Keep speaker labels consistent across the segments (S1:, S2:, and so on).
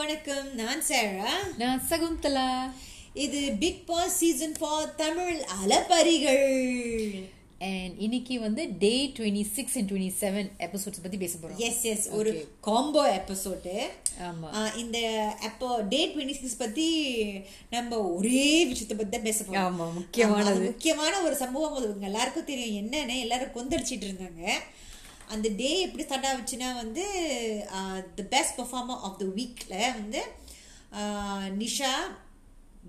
S1: வணக்கம் நான் சேரா
S2: நான் சகுந்தலா
S1: இது big Boss season four Tamil அலப்பரிகள்
S2: அண்ட் இன்னைக்கு வந்து day twenty six and twenty seven episodes பத்தி பேச போறோம்
S1: எஸ் எஸ் ஒரு காம்போ எபிசோடு
S2: ஆமா
S1: இந்த அப்போ டே டுவெண்ட்டி சிக்ஸ் பத்தி நம்ம ஒரே விஷயத்தை பத்தி தான் பேச போறோம்
S2: ஆமா, முக்கியமானது.
S1: ஆமா, அது முக்கியமான ஒரு சம்பவம் அது உங்க எல்லாருக்கும் தெரியும் என்னன்னு எல்லாரும் கொந்தளிச்சிட்டு இருந்தாங்க அந்த டே எப்படி ஸ்டார்ட் ஆச்சுன்னா வந்து the best performer of the வீக்ல வந்து ஆஹ், நிஷா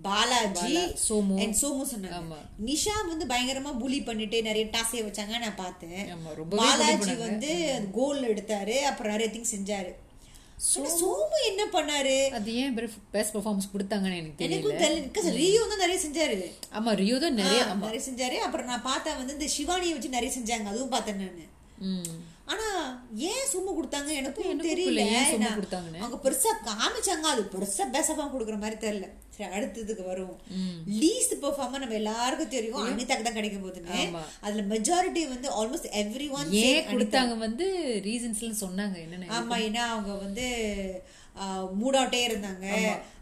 S1: பாலாஜி
S2: பாலா, சோமு.
S1: and சோமு
S2: ஆமா.
S1: சொன்னாங்க நிஷா வந்து பயங்கரமா bully பண்ணிட்டு நிறைய டாஸ்கே வச்சாங்க நான் பார்த்தேன்
S2: ஆமா, ரொம்பவே bully
S1: பாலாஜி
S2: பண்ணாங்க.
S1: வந்து கோல் எடுத்தாரு அப்புறம் நிறைய திங் செஞ்சாரு ஆனா சோமு என்ன பண்ணாரு
S2: அது ஏன் பெஸ்ட் பெர்ஃபார்மன்ஸ் கொடுத்தாங்கன்னு எனக்கு
S1: எனக்கும்
S2: தெரியல
S1: தெரியல because ரியோ தான் நிறைய செஞ்சாரு
S2: ஆமா ரியோ தான் நிறைய
S1: ஆ,
S2: ஆமா
S1: நிறைய செஞ்சாரு அப்புறம் நான் பார்த்தேன் வந்து இந்த சிவானியை வச்சு நிறைய செஞ்சாங்க அதுவும் பார்த்தேன் நானு
S2: ம்.
S1: ஆனா ஏன் சும்மா கொடுத்தாங்க எனக்கும்
S2: எனக்கும்
S1: தெரியல
S2: புரியல, ஏன் சும்மா
S1: நான்
S2: கொடுத்தாங்கன்னு?
S1: அவங்க பெருசா காமிச்சாங்க அது பெருசா பேசப்பா கொடுக்குற மாதிரி தெரியல சரி அடுத்ததுக்கு வரும் லீஸ்ட் பெர்ஃபார்மர் நம்ம எல்லாருக்கும் தெரியும் அனிதாக்கு தான் கிடைக்கும் போதுன்னு
S2: ஆமா.
S1: அதுல மெஜாரிட்டி வந்து ஆல்மோஸ்ட் எவ்ரி ஒன்
S2: ஏன் கொடுத்தாங்க வந்து ரீசன்ஸ்ல சொன்னாங்க என்னென்ன
S1: ஆமா ஏன்னா அவங்க வந்து மூடாட்டே இருந்தாங்க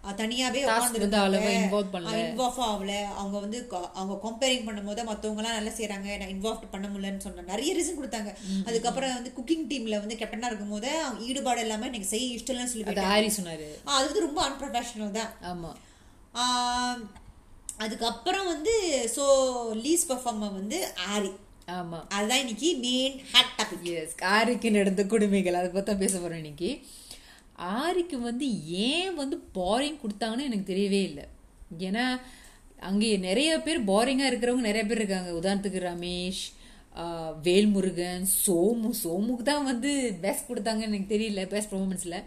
S1: ஆ, தனியாவே
S2: Task வந்து அவ்வளவா involve பண்ணல.
S1: இன்வால்வ் ஆகல அவங்க வந்து co- அவங்க கம்பேரிங் பண்ணும்போது மத்தவங்க எல்லாம் நல்லா செய்றாங்க நான் இன்வால்வ் பண்ண முடியலன்னு சொன்னேன் நிறைய ரீசன் கொடுத்தாங்க அதுக்கப்புறம் வந்து குக்கிங் டீம்ல வந்து கேப்டனா இருக்கும்போது அவங்க ஈடுபாடு இல்லாம எனக்கு செய்ய இஷ்டம் இல்லைன்னு சொல்லி
S2: அது
S1: போயிட்டாங்க.
S2: ஆரி சொன்னாரு
S1: ஆ, அது வந்து ரொம்ப அன்ப்ரொஃபஷனல் தான்
S2: ஆமா
S1: ஆம், அதுக்கப்புறம் வந்து சோ லீஸ் பெர்ஃபார்மர் வந்து ஆரி
S2: ஆமா
S1: அதுதான் இன்னைக்கு மெயின் ஹேட் டாபிக்
S2: எஸ் ஆரிக்கு நடந்த கொடுமைகள் அதை பற்றி பேச போகிறோம் இன்னைக்கு ஆரிக்கு வந்து ஏன் வந்து பாரிங் கொடுத்தாங்கன்னு எனக்கு தெரியவே இல்லை ஏன்னா அங்கே நிறைய பேர் பாரிங்காக இருக்கிறவங்க நிறைய பேர் இருக்காங்க உதாரணத்துக்கு ரமேஷ் ஆஹ், வேல்முருகன் சோமு சோமுக்கு தான் வந்து பெஸ்ட் கொடுத்தாங்கன்னு எனக்கு தெரியல பெஸ்ட் பர்ஃபார்மன்ஸில்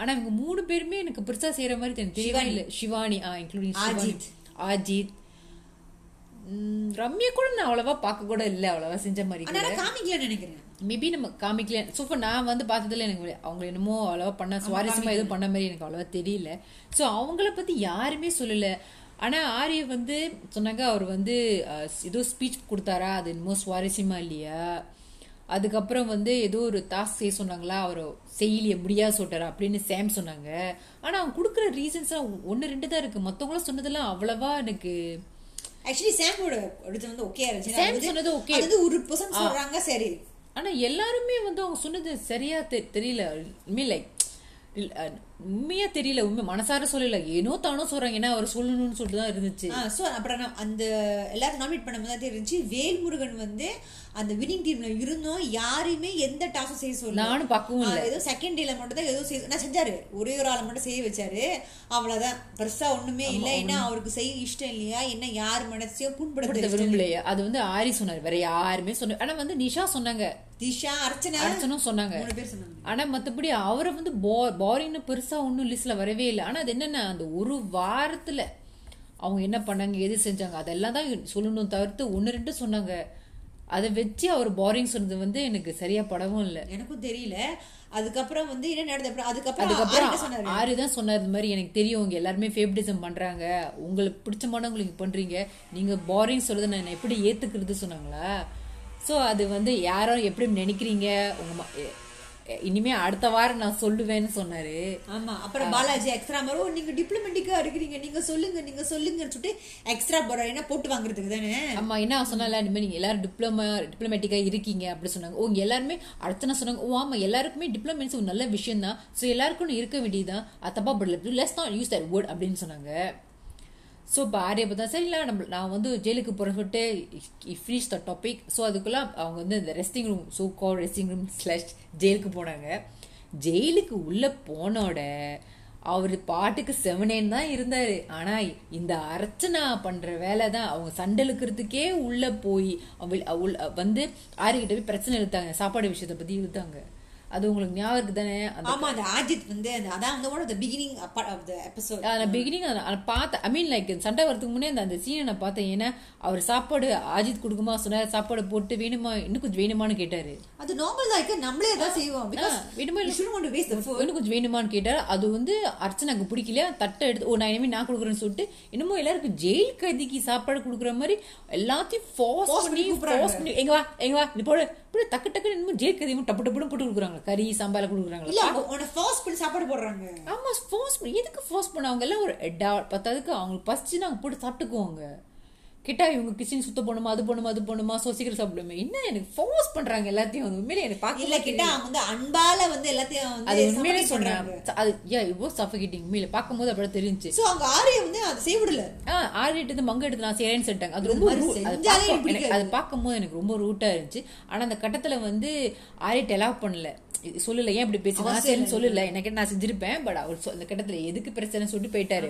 S2: ஆனால் இவங்க மூணு பேருமே எனக்கு பெருசாக செய்கிற மாதிரி எனக்கு தெரியவே இல்லை சிவானி ஆ இன்க்ளூடிங்
S1: அஜித்.
S2: அஜித் அஜித் ம், ரம்யா கூட நான் அவ்வளோவா பார்க்க கூட இல்லை அவ்வளோவா செஞ்ச மாதிரி கூட.
S1: ஆனா காமிக்கலன்னு நினைக்கிறேன்
S2: மேபி நம்ம காமிக்கல ஸோ இப்போ நான் வந்து பார்த்ததுல எனக்கு அவங்க என்னமோ அவ்வளவா பண்ண சுவாரஸ்யமா எதுவும் பண்ண மாதிரி எனக்கு அவ்வளவா தெரியல ஸோ அவங்கள பத்தி யாருமே சொல்லல ஆனா ஆரிய வந்து சொன்னாங்க அவர் வந்து அஹ், ஏதோ ஸ்பீச் கொடுத்தாரா அது என்னமோ சுவாரஸ்யமா இல்லையா அதுக்கப்புறம் வந்து ஏதோ ஒரு டாஸ்க் செய்ய சொன்னாங்களா அவர் செய்யலையே முடியாது சொல்லிட்டாரா அப்படின்னு சேம் சொன்னாங்க ஆனா அவங்க கொடுக்குற ரீசன்ஸ்லாம் ஒன்று ரெண்டு தான் இருக்கு மற்றவங்களாம் சொன்னதெல்லாம் அவ்வளவா எனக்கு
S1: ஆக்சுவலி சாமோட அடுத்து வந்து ஓகே இருந்துச்சு
S2: Sam
S1: அது வந்து-
S2: சொன்னது okay.
S1: அது வந்து ஒரு பர்சன் சொல்றாங்க சரி
S2: ஆனா எல்லாருமே வந்து அவங்க சொன்னது சரியா தெ- தெரியல உண்மை லைக் உண்மையா தெரியல உண்மை மனசார சொல்லல ஏனோ தானோ சொல்றாங்க ஏன்னா அவர் சொல்லணும்னு சொல்லிட்டு தான் இருந்துச்சு
S1: சோ அப்புறம் நான் அந்த எல்லாரும் நாமினேட் பண்ணும்போது தான் தெரிஞ்சு வேல்முருகன் வந்து அந்த வினிங் டீம்ல இருந்தோம் யாரையுமே எந்த டாஸ்க்கும் செய்ய சொல்லல
S2: நானும் பக்குவம் இல்ல
S1: ஆஹ் ஏதோ செகண்ட் டேல மட்டும் தான் ஏதோ செய்ய நான் செஞ்சாரு ஒரே ஒரு ஆளை மட்டும் செய்ய வச்சாரு அவ்வளவுதான் பெருசா ஒண்ணுமே இல்ல ஏன்னா அவருக்கு செய்ய இஷ்டம் இல்லையா என்ன யார் மனசையும் புண்படுத்த
S2: கொடுத்த
S1: இஷ்டம் இல்லையா?
S2: விரும்பலையே அது வந்து ஆரி சொன்னார் வேற யாருமே சொன்ன ஆனா வந்து நிஷா சொன்னாங்க
S1: திஷா அர்ச்சனா
S2: அர்ச்சனும் சொன்னாங்க
S1: மூணு பேர் சொன்னாங்க
S2: ஆனா மத்தபடி அவரை வந்து பாரிங்னு பெருசா ஒன்றும் லிஸ்ட்ல வரவே இல்லை ஆனா அது என்னன்னா அந்த ஒரு வாரத்துல அவங்க என்ன பண்ணாங்க எது செஞ்சாங்க அதெல்லாம் தான் சொல்லணும் தவிர்த்து ஒன்று ரெண்டு சொன்னாங்க அதை வச்சு அவர் பாரிங் சொன்னது வந்து எனக்கு சரியா படவும் இல்லை
S1: எனக்கும் தெரியல அதுக்கப்புறம் வந்து என்ன நடந்தது அப்புறம் அதுக்கப்புறம் ஆரிட்ட
S2: அதுக்கப்புறம்
S1: சொன்னாரு
S2: ஆறு தான் சொன்னார் இந்த மாதிரி எனக்கு தெரியும் உங்க எல்லாருமே ஃபேவரட்டிசம் பண்றாங்க உங்களுக்கு பிடிச்சமானவங்களுக்கு பண்றீங்க நீங்க பாரிங் சொல்றதை நான் எப்படி ஏத்துக்கிறது சொன்னாங்களா ஸோ அது வந்து யாரோ எப்படி நினைக்கிறீங்க உங்க ம- எ- எ- இனிமே அடுத்த வாரம் நான் சொல்லுவேன்னு சொன்னாரு
S1: ஆமா அப்புறம் பாலாஜி எக்ஸ்ட்ரா மரம் நீங்க டிப்ளமெண்டிக்கா இருக்கிறீங்க நீங்க சொல்லுங்க நீங்க சொல்லுங்கன்னு சொல்லிட்டு எக்ஸ்ட்ரா போற ஏன்னா போட்டு வாங்குறதுக்கு தானே
S2: ஆமா என்ன சொன்னால இந்த மாதிரி நீங்க எல்லாரும் டிப்ளமா டிப்ளமேட்டிக்கா இருக்கீங்க அப்படி சொன்னாங்க ஓ இங்க எல்லாருமே அடுத்த சொன்னாங்க ஓ ஆமா எல்லாருக்குமே டிப்ளமெண்ட்ஸ் ஒரு நல்ல விஷயம் தான் ஸோ எல்லாருக்கும் இருக்க வேண்டியதுதான் அது தப்பா படல லெஸ் தான் யூஸ் தட் வேர்ட் அப்படின்னு சொன்னாங்க ஸோ இப்போ ஆரிய பார்த்தா சரி இல்லை நம்ம நான் வந்து ஜெயிலுக்கு புறப்பட்டு ஃபினிஷ் த டாபிக் ஸோ அதுக்குள்ள அவங்க வந்து இந்த resting room so call resting room slash ஜெயிலுக்கு போனாங்க ஜெயிலுக்கு உள்ள போனோட அவர் பாட்டுக்கு செவனேன்னு தான் இருந்தாரு ஆனா இந்த அர்ச்சனா பண்ற வேலை தான் அவங்க சண்டை இழுக்கிறதுக்கே உள்ள போய் அவள்- அவள் வந்து ஆரியகிட்ட போய் பிரச்சனை இழுத்தாங்க சாப்பாடு விஷயத்தை பத்தி இழுத்தாங்க அது உங்களுக்கு ஞாபகம் இருக்குதானே அந்த
S1: ஆமா அந்த அஜித் வந்து அந்த அதான் வந்து one of the beginning of the episode
S2: நான் பிகினிங் பார்த்தேன் ஐ மீன் லைக் சண்டை வரதுக்கு முன்னே அந்த அந்த சீனை நான் பார்த்தேன் ஏன்னா அவர் சாப்பாடு அஜித் கொடுக்குமா சொன்னார் சாப்பாடு போட்டு வேணுமா இன்னும் கொஞ்சம் வேணுமான்னு கேட்டாரு
S1: அது நார்மல் தான் இருக்கு நம்மளே தான் செய்வோம் பிகாஸ்
S2: ஆ, விடுமுறை
S1: you shouldn't want to waste the food
S2: இன்னும் கொஞ்சம் வேணுமான்னு கேட்டார் அது வந்து அர்ச்சனாக்கு பிடிக்கல தட்டை எடுத்து ஓ நான் இனிமேல் நான் கொடுக்குறேன்னு சொல்லிட்டு என்னமோ எல்லாருக்கும் ஜெயில் கைதிக்கு சாப்பாடு கொடுக்குற மாதிரி எல்லாத்தையும் ஃபோர்ஸ்
S1: Force பண்ணி
S2: பண்ணி
S1: கூப்பிடுறாங்க.
S2: ஃபோர்ஸ் பண்ணி எங்க வா எங்க வா நீ போடு இப்படி டக்கு டக்குன்னு இன்னும் ஜெயிக்கிறதையும் டப்பு டப்புன்னு போட்டு கொடுக்குறாங்க கறி சாம்பார் கொடுக்குறாங்க
S1: இல்ல அவங்க உன்னை ஃபோர்ஸ் பண்ணி சாப்பாடு போடுறாங்க
S2: ஆமா ஃபோர்ஸ் பண்ணி எதுக்கு ஃபோர்ஸ் பண்ண அவங்க எல்லாம் ஒரு adult. பத்தாதுக்கு அவங்களுக்கு பசிச்சுன்னா அவங்க போட்டு சாப்பிட்டுக்குவாங்க கிட்டா இவங்க கிச்சன் சுத்த போகணுமா அது போகணுமா அது போகணுமா ஸோ சீக்கிரம் சாப்பிடுமே என்ன எனக்கு ஃபோர்ஸ் பண்றாங்க எல்லாத்தையும் அது உண்மையிலே எனக்கு
S1: இல்ல
S2: பார்க்க
S1: கிட்ட அவங்க வந்து அன்பால வந்து எல்லாத்தையும்
S2: அது
S1: வந்து
S2: உண்மையிலே
S1: சமைக்க
S2: சொல்றாங்க
S1: சொல்றாங்க
S2: அது யா இவ்வளோ சஃபகிட்டிங் உண்மையில பார்க்கும்போது அப்படியே தெரிஞ்சு
S1: சோ அவங்க ஆரிய வந்து அதை செய்ய விடல
S2: ஆ ஆறு எடுத்து மங்க எடுத்து நான் செய்யறேன்னு சொல்லிட்டாங்க அது ரொம்ப
S1: மாதிரி
S2: rude. அது
S1: செஞ்சாலே எனக்கு
S2: பார்க்க- எனக்கு-
S1: பிடிக்காது.
S2: அது பார்க்கும்போது எனக்கு ரொம்ப ரூட்டா இருந்துச்சு ஆனா அந்த கட்டத்துல வந்து ஆரிட் எலாவ் பண்ணல இது சொல்லல ஏன் இப்படி பேசி நான் சரி சொல்லல எனக்கு நான் செஞ்சிருப்பேன் பட் அவர் சொ- அந்த கட்டத்துல எதுக்கு பிரச்சனை சொல்லிட்டு போயிட்டாரு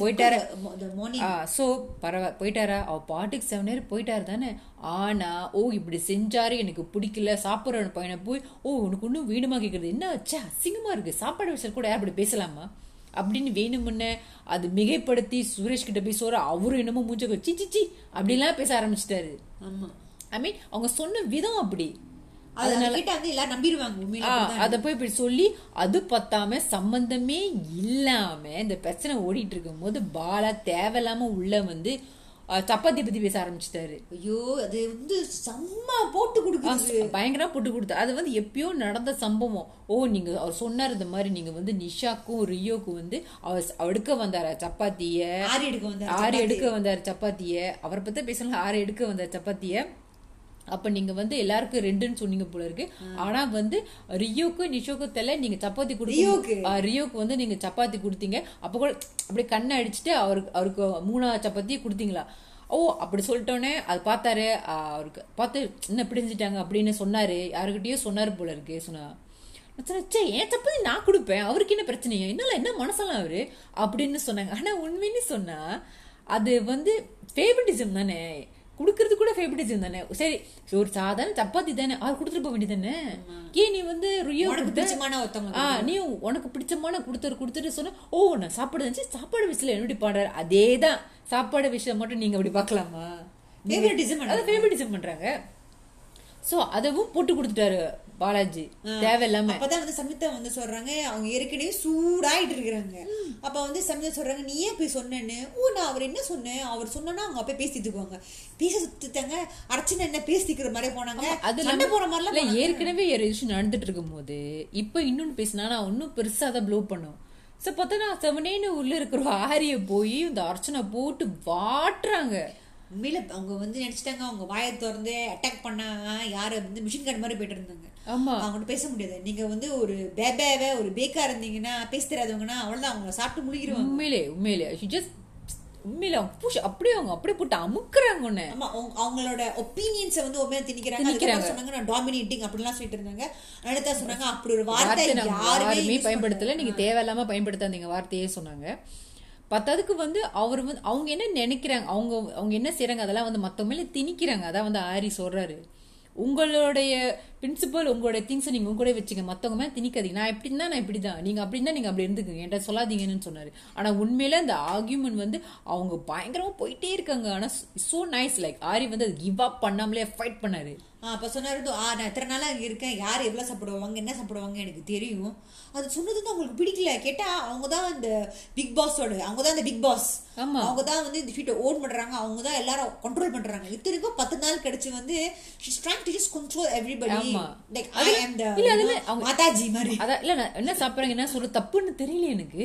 S2: போயிட்டாரு
S1: மார்னிங்
S2: ஆ ஸோ பரவாயில்ல போயிட்டாரா அவ பாட்டுக்கு செவன் நேரம் போயிட்டாரு தானே ஆனா ஓ இப்படி செஞ்சாரு எனக்கு பிடிக்கல சாப்பிட்ற பையனை போய் ஓ உனக்கு ஒன்றும் வீடுமா கேட்குறது என்ன ஆச்சு அசிங்கமா இருக்கு சாப்பாடு விஷயம் கூட யார் இப்படி பேசலாமா அப்படின்னு வேணுமுன்ன அது மிகைப்படுத்தி சுரேஷ் கிட்ட போய் சொல்ற அவரும் என்னமோ மூஞ்ச வச்சு, சீ சீ அப்படிலாம் பேச ஆரம்பிச்சிட்டாரு
S1: ஆமா
S2: ஐ மீன் அவங்க சொன்ன விதம் அப்படி
S1: அதனால கிட்ட வந்து எல்லாரும் நம்பிடுவாங்க
S2: ஆ,
S1: உண்மையில
S2: அத போய் இப்படி சொல்லி அது பத்தாம சம்பந்தமே இல்லாம இந்த பிரச்சனை ஓடிட்டு இருக்கும்போது பாலா தேவையில்லாம உள்ள வந்து ஆ, சப்பாத்தி பத்தி பேச ஆரம்பிச்சிட்டாரு
S1: ஐயோ அது வந்து செம்ம போட்டு கொடுக்குது
S2: பயங்கரமா போட்டு கொடுத்தா அது வந்து எப்பயோ நடந்த சம்பவம் ஓ நீங்க அவர் சொன்னார் இந்த மாதிரி நீங்க வந்து நிஷாக்கும் ரியோக்கும் வந்து அவர் ச- எடுக்க வந்தாரா சப்பாத்திய
S1: ஆரி எடுக்க வந்து
S2: ஆறு எடுக்க வந்தார் சப்பாத்திய அவரை பத்தி பேசலாம் ஆறு எடுக்க வந்தார் சப்பாத்திய அப்ப நீங்க வந்து எல்லாருக்கும் ரெண்டுன்னு சொன்னீங்க போல இருக்கு ஆனா வந்து ரியோக்கு நிஷோக்கு தெல நீங்க சப்பாத்தி
S1: ரியோக்கு?
S2: கொடுத்தீங்க ரியோக்கு வந்து நீங்க சப்பாத்தி கொடுத்தீங்க அப்ப கூட அப்படியே கண்ணை அடிச்சுட்டு அவருக்கு அவருக்கு மூணா சப்பாத்தியே கொடுத்தீங்களா ஓ அப்படி சொல்லிட்டோன்னே அது பார்த்தாரு ஆ, அவருக்கு பார்த்து என்ன பிடிஞ்சிட்டாங்க அப்படின்னு சொன்னாரு யாருக்கிட்டயோ சொன்னாரு போல இருக்கு சொன்னா நான் சொன்னேன், ச்சே என் தப்பு நான் கொடுப்பேன் அவருக்கு என்ன பிரச்சனையா என்னால என்ன மனசெல்லாம் அவரு அப்படின்னு சொன்னாங்க ஆனா உண்மைன்னு சொன்னா அது வந்து ஃபேவரட்டிசம் தானே கொடுக்கறது கூட ஃபேவரட்டிசம் தானே சரி ஒரு சாதாரண சப்பாத்தி தானே அவர் கொடுத்துட்டு போக வேண்டியதானே ஏன் நீ வந்து ரியோ
S1: உனக்கு
S2: கொடுத்த?
S1: பிடிச்சமான ஒருத்தவங்க
S2: ஆ நீ உனக்கு பிடிச்சமான கொடுத்துரு கொடுத்துட்டு சொன்ன ஓ நான் சாப்பாடு இருந்துச்சு சாப்பாடு விஷயம் என்னடி பாடுறாரு அதே தான் சாப்பாடு விஷயம் மட்டும் நீங்க அப்படி பார்க்கலாமா நீங்க-
S1: Favoritism
S2: அது ஃபேவரட்டிசம் பண்றாங்க சோ அதுவும் போட்டு கொடுத்துட்டாரு பாலாஜி
S1: ஆ.
S2: தேவையில்லாம
S1: அப்பதான் வந்து சமிதா வந்து சொல்றாங்க அவங்க ஏற்கனவே சூடாயிட்டு இருக்கிறாங்க அப்ப வந்து சமிதா சொல்றாங்க நீ ஏன் போய் சொன்னேன்னு ஓ நான் அவர் என்ன சொன்னேன் அவர் சொன்னா அவங்க அப்ப பேசிட்டுக்குவாங்க பேச சுத்திட்டாங்க அர்ச்சனை என்ன பேசிக்கிற மாதிரி போனாங்க
S2: அது
S1: சண்டை
S2: இல்லாம-
S1: போற மாதிரிலாம்
S2: இல்ல
S1: போனாங்க.
S2: ஏற்கனவே ஒரு விஷயம் நடந்துட்டு இருக்கும்போது இப்ப இன்னொன்னு பேசினா நான் இன்னும் பெருசா அதை ப்ளோ பண்ணும் சோ பார்த்தா நான் செவனேன்னு உள்ள இருக்கிற ஆரிய போய் இந்த அர்ச்சனை போட்டு வாட்டுறாங்க
S1: உண்மையில அவங்க வந்து நினைச்சிட்டாங்க அவங்க வாயை திறந்து அட்டாக் பண்ணா யாரு வந்து மிஷின் கன் மாதிரி போயிட்டு இருந்தாங்க
S2: ஆமா
S1: அவங்கள்ட்ட பேச முடியாது நீங்க வந்து ஒரு பேபேவை ஒரு பேக்கா இருந்தீங்கன்னா பேச தெரியாதவங்கன்னா அவ்வளவுதான் அவங்க சாப்பிட்டு முழுகிருவாங்க
S2: உண்மையிலே உண்மையிலே she just- உண்மையிலே அவங்க push அப்படியே அவங்க அப்படியே போட்டு அமுக்குறாங்க உன்னை
S1: ஆமா அவங்க- அவங்களோட ஒப்பீனியன்ஸை வந்து உண்மையா திணிக்கிறாங்க
S2: திணிக்கிறாங்க.
S1: அதுக்கப்புறம் சொன்னாங்க நான் டாமினேட்டிங் அப்படிலாம் சொல்லிட்டு இருந்தாங்க அடுத்தா சொன்னாங்க அப்படி ஒரு வார்த்தை
S2: வார்த்தை நாங்க யாருமே
S1: யாருமே use
S2: பயன்படுத்தல நீங்க தேவையில்லாம பயன்படுத்தாதீங்க வார்த்தையே சொன்னாங்க பத்தாதுக்கு வந்து அவர் வந்து அவங்க என்ன நினைக்கிறாங்க அவங்க அவங்க என்ன செய்றாங்க அதெல்லாம் வந்து மத்தவங்கள திணிக்கிறாங்க அதான் வந்து ஆரி சொல்றாரு உங்களுடைய பிரின்சிபல் உங்களுடைய திங்ஸ் நீங்க உங்க கூட வச்சுங்க மத்தவங்க மேல திணிக்காதீங்க நான் எப்படின்னா நான் இப்படி தான் நீங்க அப்படின்னா நீங்க அப்படி இருந்துக்குங்க என்கிட்ட சொல்லாதீங்கன்னு சொன்னாரு ஆனா உண்மையில அந்த ஆர்கியூமெண்ட் வந்து அவங்க பயங்கரமா போயிட்டே இருக்காங்க ஆனா சோ நைஸ் லைக் ஆரி வந்து அது கிவ் அப் பண்ணாமலே ஃபைட் பண்ணாரு
S1: ஆ, அப்ப சொன்னாரு ஆ நான் இத்தனை நாளா இங்க இருக்கேன் யார் எவ்வளவு சாப்பிடுவாங்க என்ன சாப்பிடுவாங்க எனக்கு தெரியும் அது சொன்னது வந்து அவங்களுக்கு பிடிக்கல கேட்டா அவங்க தான் அந்த பிக் பாஸோட அவங்க தான் அந்த பிக் பாஸ்
S2: ஆமா.
S1: அவங்க தான் வந்து இந்த ஃபீட்டை ஓட் பண்றாங்க அவங்க தான் எல்லாரும் கண்ட்ரோல் பண்றாங்க இத்தனைக்கும் பத்து நாள் கழிச்சு வந்து she's trying to just control everybody
S2: ஆமா.
S1: like i am the
S2: இல்ல,
S1: you
S2: அதுல
S1: know,
S2: அவங்க-
S1: மாதாஜி மாதிரி
S2: அதான் இல்ல நான் என்ன சாப்பிடுறாங்க என்ன சொல்ல தப்புன்னு தெரியல எனக்கு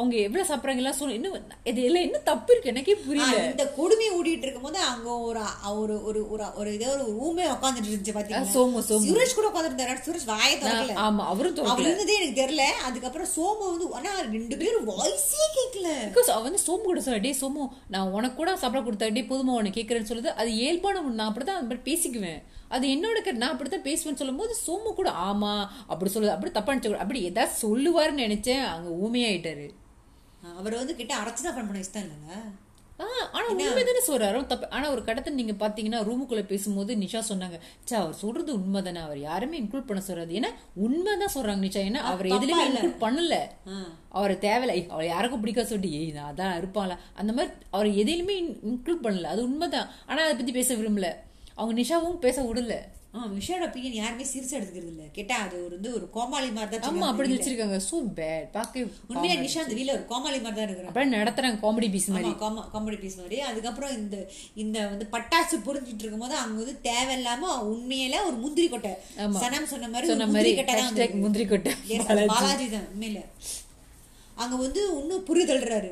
S2: அவங்க எவ்வளவு சாப்பிடுறாங்க எல்லாம் சொல்ல இன்னும் இது எல்லாம் என்ன தப்பு இருக்கு எனக்கே
S1: ஆ,
S2: புரியல
S1: இந்த கொடுமை ஓடிட்டு இருக்கும்போது அங்க ஒரு ஒரு ஒரு ஒரு ஒரு இதோ ஒரு ரூமே உட்காந்துட்டு இருந்துச்சு
S2: ஆ, சோமு,
S1: பாத்தீங்கன்னா
S2: சோமு.
S1: சுரேஷ் கூட உட்காந்துருந்தாரு சுரேஷ் வாயை திறக்கல
S2: நான் ஆமா அவரும்
S1: அவர்
S2: தோக்கல
S1: இருந்ததே எனக்கு தெரியல அதுக்கப்புறம் சோமு வந்து ஆனா ரெண்டு பேரும் வாய்ஸே கேட்கல
S2: பிகாஸ் அவ வந்து சோமு கூட சொல்ல டே சோமு நான் உனக்கு கூட சாப்பிட கொடுத்தா டே போதுமா உனக்கு கேட்கறேன்னு சொல்லுது அது இயல்பான ஒண்ணு. நான் அப்படிதான் அது மாதிரி பேசிக்குவேன் அது என்னோட கரு- நான் அப்படித்தான் பேசுவேன்னு சொல்லும்போது சோமு கூட ஆமா அப்படி சொல்லுது அப்படி தப்பா நினைச்சு அப்படி ஏதாவது சொல்லுவாருன்னு நினைச்சேன் அங்க ஊமையாயிட்டாரு
S1: அவர் வந்து கிட்ட அரைச்சுதான் ஃபன் பண்ண இஷ்டம் இல்லைங்க
S2: ஆ, ஆனா உண்மைதானே சொல்றாரு அவன் தப்பு ஆனா ஒரு கடத்தை நீங்க பாத்தீங்கன்னா ரூமுக்குள்ள பேசும்போது நிஷா சொன்னாங்க சே அவர் சொல்றது உண்மைதானே அவர் யாருமே இன்க்ளூட் பண்ண சொல்றாது ஏன்னா உண்மைதான் சொல்றாங்க நிஷா ஏன்னா அவர்
S1: தப்பா
S2: எதுலயுமே
S1: இல்ல.
S2: இன்க்ளூட் பண்ணல
S1: ஆ.
S2: அவரை தேவையில்ல ஏய், அவளை யாருக்கும் பிடிக்காத சொல்லிட்டு ஏய் நான் அதான் இருப்பாங்களா அந்த மாதிரி அவரை எதையிலுமே இன்க்ளூட் பண்ணல அது உண்மைதான் ஆனா அதை பத்தி பேச விரும்பல அவங்க நிஷாவும் பேச விடல
S1: ஆஹ் விஷயோட ஒப்பீனியன் யாருமே சீரியஸா எடுத்துக்கிறது இல்ல கேட்டா அது ஒரு வந்து ஒரு கோமாளி மாதிரி தான்
S2: ஆமா
S1: சொல்றாங்க
S2: அப்படி
S1: வெளியில.
S2: வச்சிருக்காங்க சோ பேட் பார்க்க
S1: உண்மையா நிஷா அந்த வீல ஒரு கோமாளி மாதிரி தான் இருக்கிறாங்க
S2: அப்படியே நடத்துறாங்க காமெடி பீஸ் மாதிரி
S1: ஆமா காமா காமெடி பீஸ் மாதிரி அதுக்கப்புறம் இந்த இந்த வந்து பட்டாசு புரிஞ்சிட்டு இருக்கும்போது அவங்க வந்து தேவையில்லாம உண்மையில ஒரு முந்திரி கொட்டை
S2: ஆமா.
S1: சனம் சொன்ன மாதிரி
S2: சொன்ன
S1: ஒரு
S2: மாதிரி
S1: முந்திரி கொட்டை தான்
S2: hashtag
S1: வந்திருக்கு.
S2: முந்திரி கொட்டை
S1: Yes,
S2: பாலாஜி.
S1: பாலாஜி தான் உண்மையில அங்க வந்து இன்னும் புரிதல்றாரு